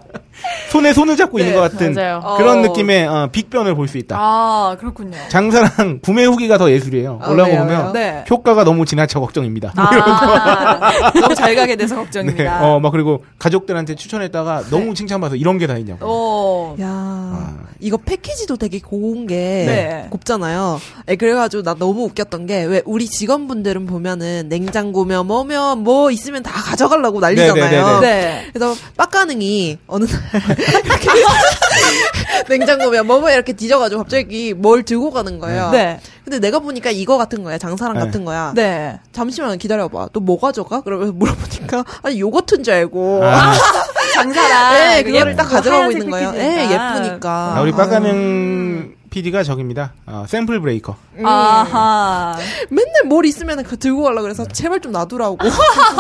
D: 손에 손을 잡고 있는
E: 아. 네,
D: 것 같은
G: 맞아요.
D: 그런
E: 어.
D: 느낌의 어, 빅변을 볼 수 있다.
E: 아, 그렇군요.
D: 장사랑 구매 후기가 더 예술이에요.
F: 아,
D: 올라오고
F: 왜요,
D: 보면
F: 왜요?
E: 네.
D: 효과가 너무 지나쳐 걱정입니다.
E: 아, 너무 잘 가게
D: [laughs]
E: 돼서
D: 네.
E: 걱정입니다. 네.
D: 어, 막 그리고 가족들한테 추천했다가 너무 칭찬받아서 이런 게 다 있냐고.
E: 어. 오.
F: 야 이거 패키지도 되게 고운 게
E: 아. 네.
F: 곱잖아요. 예, 그래가지고 나 너무 웃겼던 게 왜 우리 직원분들은 보면은 냉장고며 뭐며 뭐 있으면 다 가져가려고 난리잖아요.
E: 네.
F: 그래서 빡가능이 어느 날 [laughs] 이렇게 냉장고며 뭐뭐 이렇게 뒤져가지고 갑자기 뭘 들고 가는 거예요.
E: 네.
F: 근데 내가 보니까 이거 같은 거야. 장사랑
D: 네.
F: 같은 거야.
E: 네.
F: 잠시만 기다려봐. 또 뭐 가져가? 그러면서 물어보니까 아니 요거트인 줄 알고.
D: 아,
E: 장사라.
F: 네,
E: 그
F: 그거를
E: 예쁜
F: 딱 가져가고
E: 하얀색
F: 있는 거예요. 네,
E: 패키지니까.
F: 예쁘니까.
D: 아, 우리
E: 음.
D: 빠가는 PD가 저깁니다. 어, 샘플 브레이커.
E: 아하.
F: 맨날 뭘 있으면 그거 들고 가려고 그래서 제발 좀 놔두라고.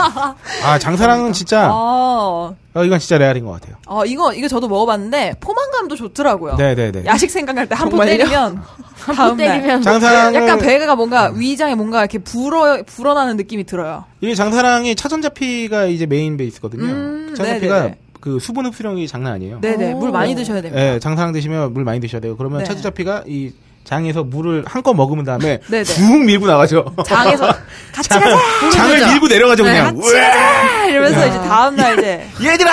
F: [laughs]
D: 아, 장사랑은 진짜,
E: 어.
D: 어, 이건 진짜 레알인 것 같아요.
E: 어, 이거, 이거 저도 먹어봤는데, 포만감도 좋더라고요.
D: 네네네.
E: 아. 야식 생각날 때 한 포
F: 정말요?
E: 때리면, [laughs] 다음날.
G: 때리면
D: 장사랑을,
E: 약간 배가 뭔가, 위장에 뭔가 이렇게 불어, 불어나는 느낌이 들어요.
D: 이게 장사랑이 차전자피가 이제 메인 베이스거든요.
E: 음,
D: 그 차전자피가
E: 네네네.
D: 그 수분 흡수량이 장난 아니에요.
E: 네네.
F: 오.
E: 물 많이 드셔야 됩니다.
D: 예, 장사랑 드시면 물 많이 드셔야 돼요. 그러면
E: 네.
D: 차전자피가 이 장에서 물을 한껏 먹은 다음에
E: [laughs] 네네.
D: 쭉 밀고 나가죠. [laughs]
E: 장에서 같이 가자!
D: 네.
E: 네,
D: 장을 밀고 내려가죠, 그냥. 네.
E: 같이 가자! 이러면서 이제 다음날 이제,
D: 우와, 얘들아!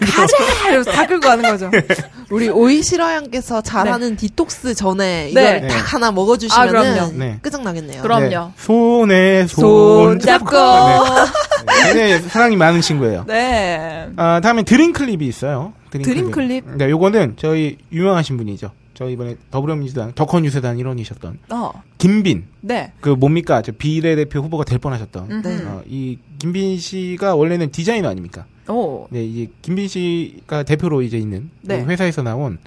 E: 가자! 이러면서 다 끌고 가는
D: [laughs]
E: 거죠.
F: 우리 오이시러양께서 잘하는 디톡스 전에 이걸
D: 네.
F: 딱 하나
E: 아, 그럼요.
F: 먹어주시면은
D: 네.
E: [laughs]
F: 끄장나겠네요.
E: 그럼요.
D: 네. 손에 손
E: 손잡고.
D: [laughs] 네. 굉장히 사랑이 많은 친구예요.
E: 네.
D: 아, 다음에 드림 클립이 있어요. 드림,
E: 드림 클립?
D: 네, 요거는 저희 유명하신 분이죠. 저희 이번에 더불어민주당 덕헌유세단 일원이셨던
E: 어.
D: 김빈.
E: 네.
D: 그 뭡니까? 저 비례대표 후보가 될 뻔하셨던.
E: 네.
D: 어, 이 김빈 씨가 원래는 디자이너 아닙니까?
E: 오.
D: 네, 이제 김빈 씨가 대표로 이제 있는
E: 네.
D: 그 회사에서 나온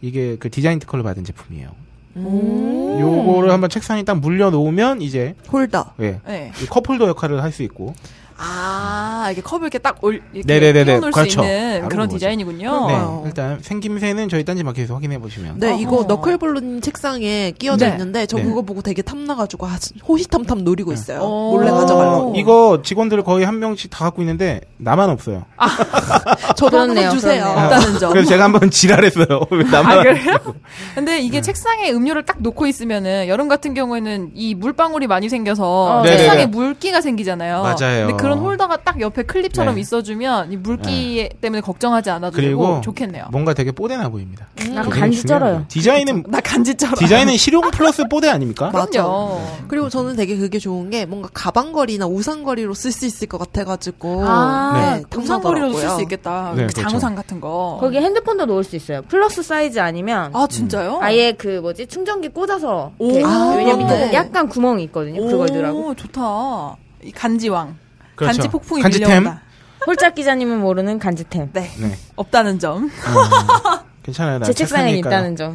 D: 이게 그 디자인 특허를 받은 제품이에요.
F: 음.
D: 요거를 한번 책상에 딱 물려놓으면 이제
F: 홀더.
D: 예,
E: 네.
D: 이 커플도 역할을 할 수 있고
E: 아, 이게 컵을 이렇게 딱 올, 이렇게
D: 네네네네.
E: 띄워놓을
D: 그렇죠.
E: 수 있는
D: 바로
E: 그런
D: 그거죠.
E: 디자인이군요. 아,
D: 네,
F: 어.
D: 일단 생김새는 저희 딴지마켓에서 확인해 보시면
F: 네, 이거
E: 어허.
F: 너클볼루님 책상에 끼워져
E: 네.
F: 있는데 저
D: 네.
F: 그거 보고 되게 탐나가지고 아, 호시탐탐 노리고 있어요.
E: 어.
F: 몰래
D: 어,
F: 가져가려고.
D: 이거 직원들 거의 한 명씩 다 갖고 있는데 나만 없어요.
F: 저도 한
G: 그렇네요,
F: 번 주세요.
G: 그렇네요.
E: 없다는 점.
D: 그래서 제가 한번 지랄했어요. [laughs] 왜 나만 네.
E: 아, 그래요? 근데 이게 책상에 음료를 딱 놓고 있으면은 여름 같은 경우에는 이 물방울이 많이 생겨서
G: 어,
D: 네네네.
E: 책상에 물기가 생기잖아요.
D: 맞아요.
E: 근데 그런 홀더가 딱 옆에 클립처럼
D: 네.
E: 있어주면 이 물기 때문에 걱정하지 않아도
D: 그리고 뭐
E: 되고 좋겠네요.
D: 뭔가 되게 뽀대나 보입니다.
G: 난
D: 그게
G: 간지 쩔어요.
D: 중요한 거예요.
E: [laughs]
D: 디자인은
E: 나 간지처럼.
D: 디자인은 실용 플러스 뽀대 아닙니까?
F: 맞-
E: 그럼요.
F: 그리고 저는 되게 그게 좋은 게 뭔가 가방걸이나 우산걸이로 쓸 수 있을 것 같아가지고
G: 아,
F: 네,
E: 동상거리로도 쓸 수
F: 탐나더라고요.
E: 있겠다.
D: 네,
E: 그
D: 그렇죠.
E: 장우상 같은 거.
G: 거기에 핸드폰도 넣을 수 있어요. 플러스 사이즈 아니면
E: 아 진짜요?
G: 아예 그 뭐지 충전기 꽂아서
E: 오.
G: 이렇게
E: 아,
G: 왜냐면 밑에
F: 그렇네.
G: 약간 구멍이 있거든요. 그걸 넣으라고.
E: 오, 좋다. 이 간지왕.
D: 그렇죠.
E: 간지 폭풍이
D: 간지템?
E: 밀려온다.
G: 홀짝 기자님은 모르는 간지템.
E: 네.
D: 네. 음,
E: 없다는 점.
D: 괜찮아요. 나
G: 제 책상에
D: 책상이니까요. 네.
G: 있다는 점.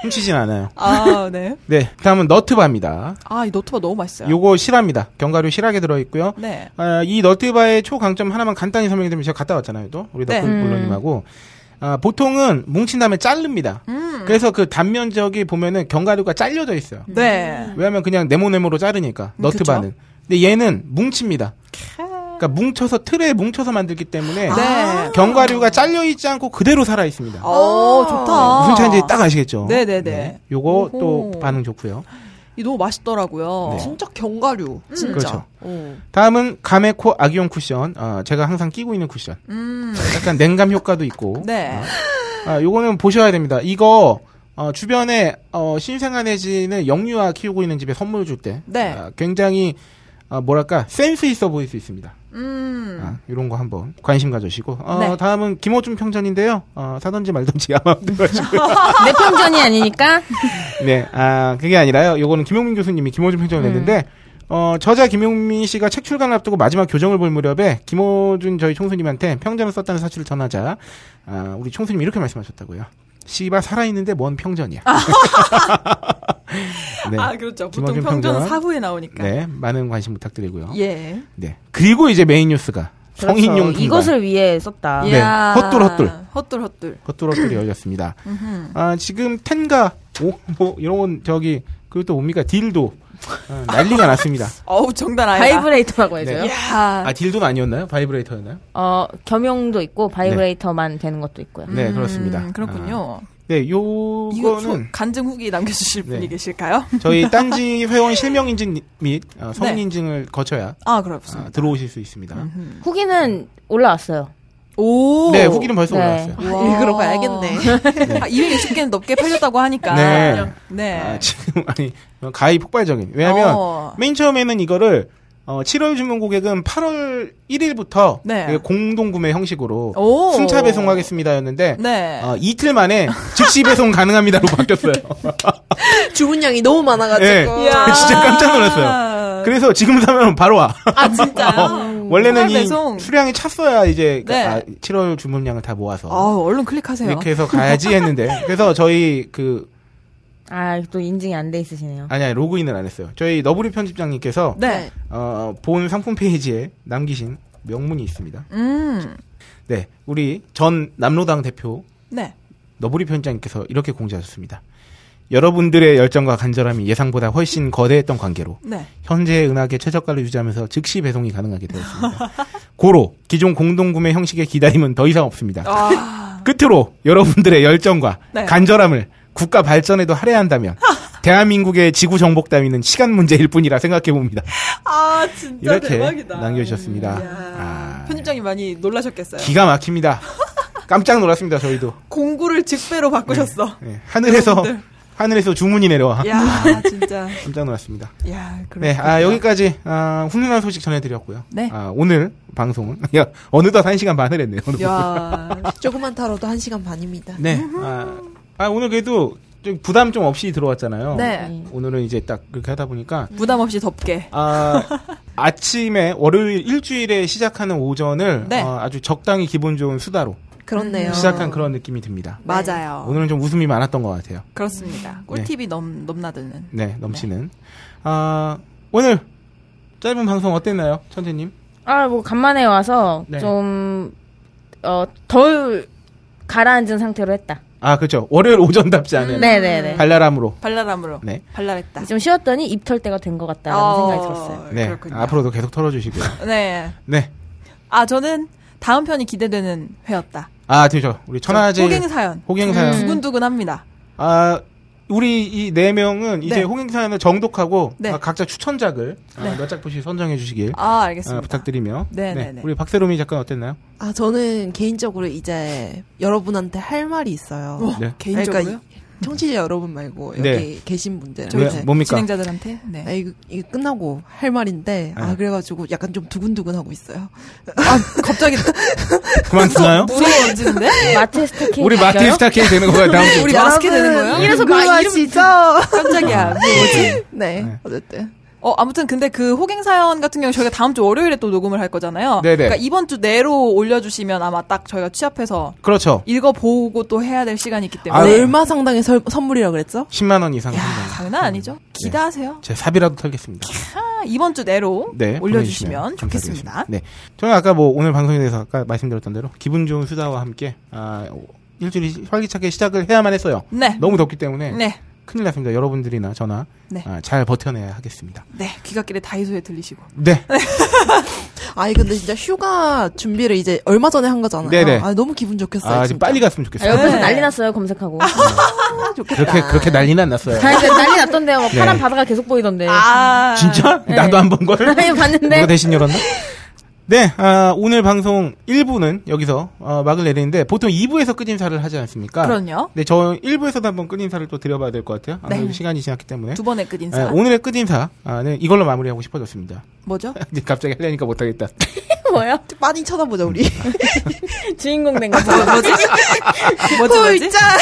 D: 훔치진 않아요.
E: 아, [laughs] 네.
D: 네. 다음은 너트바입니다.
E: 아, 이 노트바 너무 맛있어요.
D: 요거 실합니다. 견과류 실하게 들어있고요.
E: 네.
D: 아, 이 너트바의 초강점 하나만 간단히 설명해드리면 제가 갔다 왔잖아요, 또. 우리
E: 네.
D: 너클 볼로님하고. 아, 보통은 뭉친 다음에 자릅니다.
E: 음.
D: 그래서 그 단면 적이 보면은 견과류가 잘려져 있어요.
E: 네.
D: 왜냐면 그냥 네모네모로 자르니까,
E: 음,
D: 너트바는. 근데 얘는 뭉칩니다. 그러니까 뭉쳐서, 틀에 뭉쳐서 만들기 때문에
E: 네.
D: 견과류가 잘려있지 않고 그대로 살아있습니다.
E: 어, 좋다.
D: 무슨 차인지 딱 아시겠죠?
E: 네네네.
D: 요거 또
E: 오호.
D: 반응 좋고요.
E: 이 너무 맛있더라고요.
D: 네.
F: 진짜 견과류
E: 음.
F: 진짜
D: 그렇죠.
F: 어.
D: 다음은 가메코 아기용 쿠션. 아, 제가 항상 끼고 있는 쿠션.
E: 음.
D: 약간 냉감 효과도 있고.
E: 네.
D: 아, 요거는 보셔야 됩니다. 이거 어, 주변에 어, 신생아 내지는 영유아 키우고 있는 집에 선물 줄 때
E: 네.
D: 아, 굉장히 아, 뭐랄까 센스 있어 보일 수 있습니다.
E: 음.
D: 아, 이런 거 한번 관심 가져주시고 어,
E: 네.
D: 다음은 김호준 평전인데요. 어, 사든지 말든지 아마 들어가시고
G: 내 편전이 아니니까.
D: 네, 아 그게 아니라요. 요거는 김용민 교수님이 김호준
G: 네.
D: 평전을 냈는데 어, 저자 김용민 씨가 책 출간을 앞두고 마지막 교정을 볼 무렵에 김호준 저희 총수님한테 평전을 썼다는 사실을 전하자 아, 우리 총수님이 이렇게 말씀하셨다고요. 씨바 살아있는데 뭔 평전이야. [laughs] 네.
E: 아, 그렇죠. 보통
D: 김어준
E: 평전
D: 평전.
E: 사후에
G: 그러니까.
E: 나오니까.
D: 네, 많은 관심 부탁드리고요.
E: 예.
D: 네. 그리고 이제 메인 뉴스가 [laughs] 성인용
G: 그렇죠.
D: 품발.
G: 이것을 위해 썼다.
D: 예.
E: 이야.
D: 헛돌, 헛돌.
E: 헛돌, 헛돌.
G: [clears throat]
D: 겉돌아들이 열렸습니다.
G: 음.
D: 아, 지금 텐가 오뭐 이런 건 저기 그리고 또 뭡니까 딜도 아, 난리가 났습니다.
E: 어우, 정단 아니다.
G: 바이브레이터라고 해줘요.
D: 네.
E: 이야.
D: 아 딜도는 아니었나요? 바이브레이터였나요?
G: 어, 겸용도 있고 바이브레이터만 되는 것도 있고요.
D: 네 그렇습니다.
E: 음,
D: 아,
E: 그렇군요.
D: 네
E: 이거 소-
D: 요거는
E: 간증 후기 남겨주실
D: 네.
E: 분이 계실까요?
D: 저희 딴지 회원 실명 인증 및
E: 네.
D: 어, 성인 인증을 거쳐야
E: 아, 그렇습니다. 음.
D: 아, 들어오실 수 있습니다.
G: 후기는 올라왔어요.
E: 오. 예,
D: 네 후기는 벌써
G: 네.
D: 올라왔어요.
E: 와.
F: 읽으러 가야겠네. [laughs]
E: 아, 260개는 넘게 팔렸다고 하니까.
D: 네.
E: 네.
D: 아, 지금 [laughs] 아니 가히 폭발적인. 왜냐하면
E: 어.
D: 맨 처음에는 이거를 어, 7월 주문 고객은 8월 1일부터
E: 네.
D: 공동 구매 형식으로
E: 오.
D: 승차 배송하겠습니다였는데
E: 네.
D: 어, 이틀 만에 즉시 배송 가능합니다로 [laughs] 바뀌었어요.
E: 네.
F: 주문 양이 너무 많아가지고
D: 예.
E: 이야.
D: 진짜 깜짝 놀랐어요. 그래서 지금 사면 바로 와.
E: 아, 진짜요?
D: 어, 원래는
E: 포괄
D: 이
E: 배송.
D: 수량이 찼어야 이제
E: 네.
D: 아, 7월 주문량을 다 모아서
E: 아, 얼른 클릭하세요.
D: 이렇게 해서 가야지 했는데 그래서 저희 그
G: 아, 또 인증이 안 돼 있으시네요.
D: 아니 아니 로그인을 안 했어요. 저희 너브리 편집장님께서
E: 네.
D: 어, 본 상품 페이지에 남기신 명문이 있습니다.
E: 음.
D: 네, 우리 전 남로당 대표
E: 네.
D: 너부리 편장님께서 이렇게 공지하셨습니다. 여러분들의 열정과 간절함이 예상보다 훨씬 거대했던 관계로
E: 네.
D: 현재의 은하계 최저가를 유지하면서 즉시 배송이 가능하게 되었습니다. 고로 기존 공동구매 형식의 기다림은 더 이상 없습니다.
E: 아.
D: 끝으로 여러분들의 열정과
E: 네.
D: 간절함을 국가 발전에도 할애한다면 대한민국의 지구 정복 따위는 시간 문제일 뿐이라 생각해 봅니다.
E: 아, 진짜
D: 이렇게
E: 대박이다.
D: 남겨주셨습니다.
E: 이야.
D: 아,
E: 편집장이 많이 놀라셨겠어요.
D: 기가 막힙니다. 깜짝 놀랐습니다 저희도.
E: 공구를 즉배로 바꾸셨어.
D: 네, 하늘에서
E: 여러분들.
D: 하늘에서 주문이 내려와
E: 야, 진짜.
D: 깜짝 놀랐습니다.
E: 야, 그래.
D: 아, 네, 아, 여기까지 아, 훈훈한 소식 전해드렸고요.
E: 네.
D: 아, 오늘 방송은 야, 어느덧 1 시간 반을 했네요. 오늘. [laughs]
E: 야.
F: 조금만 타러도 한 시간 반입니다.
D: 네, 아, 아, 오늘 그래도 좀 부담 좀 없이 들어왔잖아요.
E: 네.
D: 오늘은 이제 딱 그렇게 하다 보니까
E: 부담 없이 덥게.
D: 아, [laughs] 아침에 월요일 일주일에 시작하는 오전을
E: 네.
D: 어, 아주 적당히 기분 좋은 수다로 음,
F: 그렇네요. 네.
D: 시작한 그런 느낌이 듭니다.
E: 맞아요.
D: 오늘은 좀 웃음이 많았던 것 같아요.
E: 그렇습니다. 꿀팁이 넘 넘나드는.
D: 네, 넘치는. 아, 오늘 짧은 방송 어땠나요, 천재님?
G: 아, 뭐, 간만에 와서
D: 네.
G: 좀, 어, 덜 가라앉은 상태로 했다.
D: 아, 그렇죠. 월요일 오전 답지 않은
G: 네네네.
D: 발랄함으로.
E: 발랄함으로.
D: 네.
E: 발랄했다.
G: 좀 쉬었더니 입털 때가 된 것 같다라는 생각이 들었어요.
D: 네,
E: 아, 그렇군요.
D: 앞으로도 계속 털어주시고요.
E: 네.
D: 네,
E: 아, 저는 다음 편이 기대되는 회였다.
D: 아, 되죠. 우리 천하제
E: 호갱 사연. 음.
D: 호갱사연.
E: 두근두근합니다.
D: 아, 우리 이 네 명은 이제
E: 네.
D: 홍행사연을 정독하고
E: 네.
D: 아, 각자 추천작을 아, 몇 작품씩 선정해 주시길
E: 아,
D: 아,
E: 알겠습니다.
D: 부탁드리며
E: 네, 네, 네.
D: 우리 박세롬이 작가 어땠나요?
F: 아 저는 개인적으로 이제 여러분한테 할 말이 있어요.
E: 와,
D: 네.
E: 개인적으로요?
F: 그러니까 이- 청취자 여러분 말고 여기
D: 네.
F: 계신 분들한테
D: 왜, 뭐 뭡니까?
E: 진행자들한테.
F: 아,
E: 네.
F: 이거, 이거 끝나고 할 말인데 아
D: 네.
F: 그래가지고 약간 좀 두근두근 하고 있어요.
E: 아, [laughs]
D: [laughs]
E: 갑자기
D: [laughs] 그만 쓰나요?
E: 무서워 얹는데
G: 마트 스타킹
E: 뭐,
D: 우리 마티 스타킹 되는 거야 다음 주.
E: 우리 마스크 되는 거예요?
G: 이래서 마-
F: 궁금하시죠?
E: 깜짝이야.
F: 뭐지? 네,
D: 네.
F: 어쨌든
E: 어, 아무튼 근데 그 호갱 사연 같은 경우 저희가 다음 주 월요일에 또 녹음을 할 거잖아요.
D: 네네.
E: 그러니까 이번 주 내로 올려주시면 아마 딱 저희가 취합해서
D: 그렇죠.
E: 읽어보고 또 해야 될 시간이 있기
D: 아,
E: 때문에.
D: 네.
F: 얼마 상당의 설- 선물이라 그랬죠?
D: 10만 원 이상
E: 야,
D: 상당.
E: 장난 아니죠?
D: 네.
E: 기대하세요.
D: 제 삽이라도
E: [laughs]
D: 털겠습니다.
E: 아, 이번 주 내로
D: 네, 보내주시면
E: 올려주시면 좋겠습니다.
D: 감사드리겠습니다. 네, 저는 아까 뭐 오늘 방송에 대해서 아까 말씀드렸던 대로 기분 좋은 수다와 함께 아, 일주일이 활기차게 시작을 해야만 했어요.
E: 네.
D: 너무 덥기 때문에
E: 네.
D: 큰일 났습니다. 여러분들이나 저나
E: 네.
D: 아, 잘 버텨내야 하겠습니다.
E: 네. 귀갓길에 다이소에 들리시고.
D: 네,
F: 아니 근데 진짜 휴가 준비를 이제 얼마 전에 한 거잖아요.
D: 네네.
F: 아 너무 기분 좋겠어요.
D: 아,
F: 진짜.
D: 지금 빨리
G: 아,
D: 갔으면 좋겠어요.
G: 옆에서
E: 네.
G: 난리 났어요 검색하고.
D: 그렇게 그렇게 난리는 안 났어요.
G: 아, 그러니까 난리 났던데요. 막
D: 네.
G: 파란 바다가 계속 보이던데.
E: 아.
D: 진짜? 나도 안 본 걸?
G: 아니,
D: 누가
G: 봤는데
D: 대신 열었나? 네, 아, 오늘 방송 1부는 여기서 어, 막을 내리는데 보통 2부에서 끝인사를 하지 않습니까?
E: 그럼요.
D: 네, 저 1부에서도 한번 끝인사를 또 드려봐야 될 것 같아요. 아무래도
E: 네.
D: 시간이 지났기 때문에.
E: 두 번의 끝
D: 네,
E: 인사.
D: 오늘의 끝인사는 아, 네, 이걸로 마무리하고 싶어졌습니다. [laughs]
E: 뭐죠?
D: 이제 갑자기 하려니까 못하겠다.
G: [laughs]
D: [laughs]
G: 뭐야?
F: 많이 쳐다보자 우리.
G: 주인공 된
E: 아,
G: 거죠.
E: 뭐지 뭐지?
D: 자,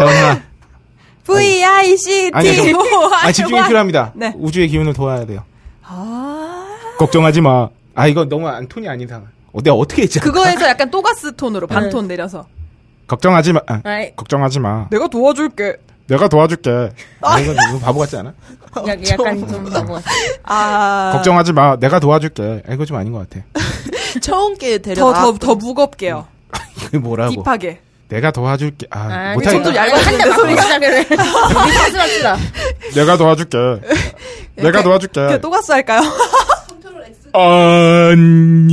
D: 오늘
E: V I C
D: 아니,
E: T
D: 아니,
E: O
D: 아,
E: I
D: 집중이
E: Y.
D: 필요합니다.
E: 네.
D: 우주의 기운을 도와야 돼요.
E: 아.
D: 걱정하지 마. 아, 이거 너무 안 톤이 아닌 상황. 어, 내가 어떻게 했지?
E: 그거에서 약간 또가스 톤으로 반톤 내려서
D: 걱정하지 마.
E: 네.
D: 아,
G: 아이,
D: 걱정하지 마.
E: 내가 도와줄게.
D: 내가 도와줄게. 아, 이거 너무 바보 같지 않아?
G: 약- 약간 좀 뭐.
E: 아.
D: 걱정하지 마. 내가 도와줄게. 아, 이거 좀 아닌 것 같아.
F: [laughs] 처음 게
E: 더
F: 데려다.
E: 더 더 무겁게요.
D: 이게 뭐라고?
E: 아, 음, 딥하게.
D: 내가 도와줄게. 아,
G: 아,
D: 못하겠다.
E: 좀 얇아.
G: 한대 맞고 시작을 해. 우리 실수합시다.
D: 내가
E: [laughs]
D: 도와줄게. 내가
E: 그
D: 도와줄게.
E: 또가스 할까요?
D: 안녕.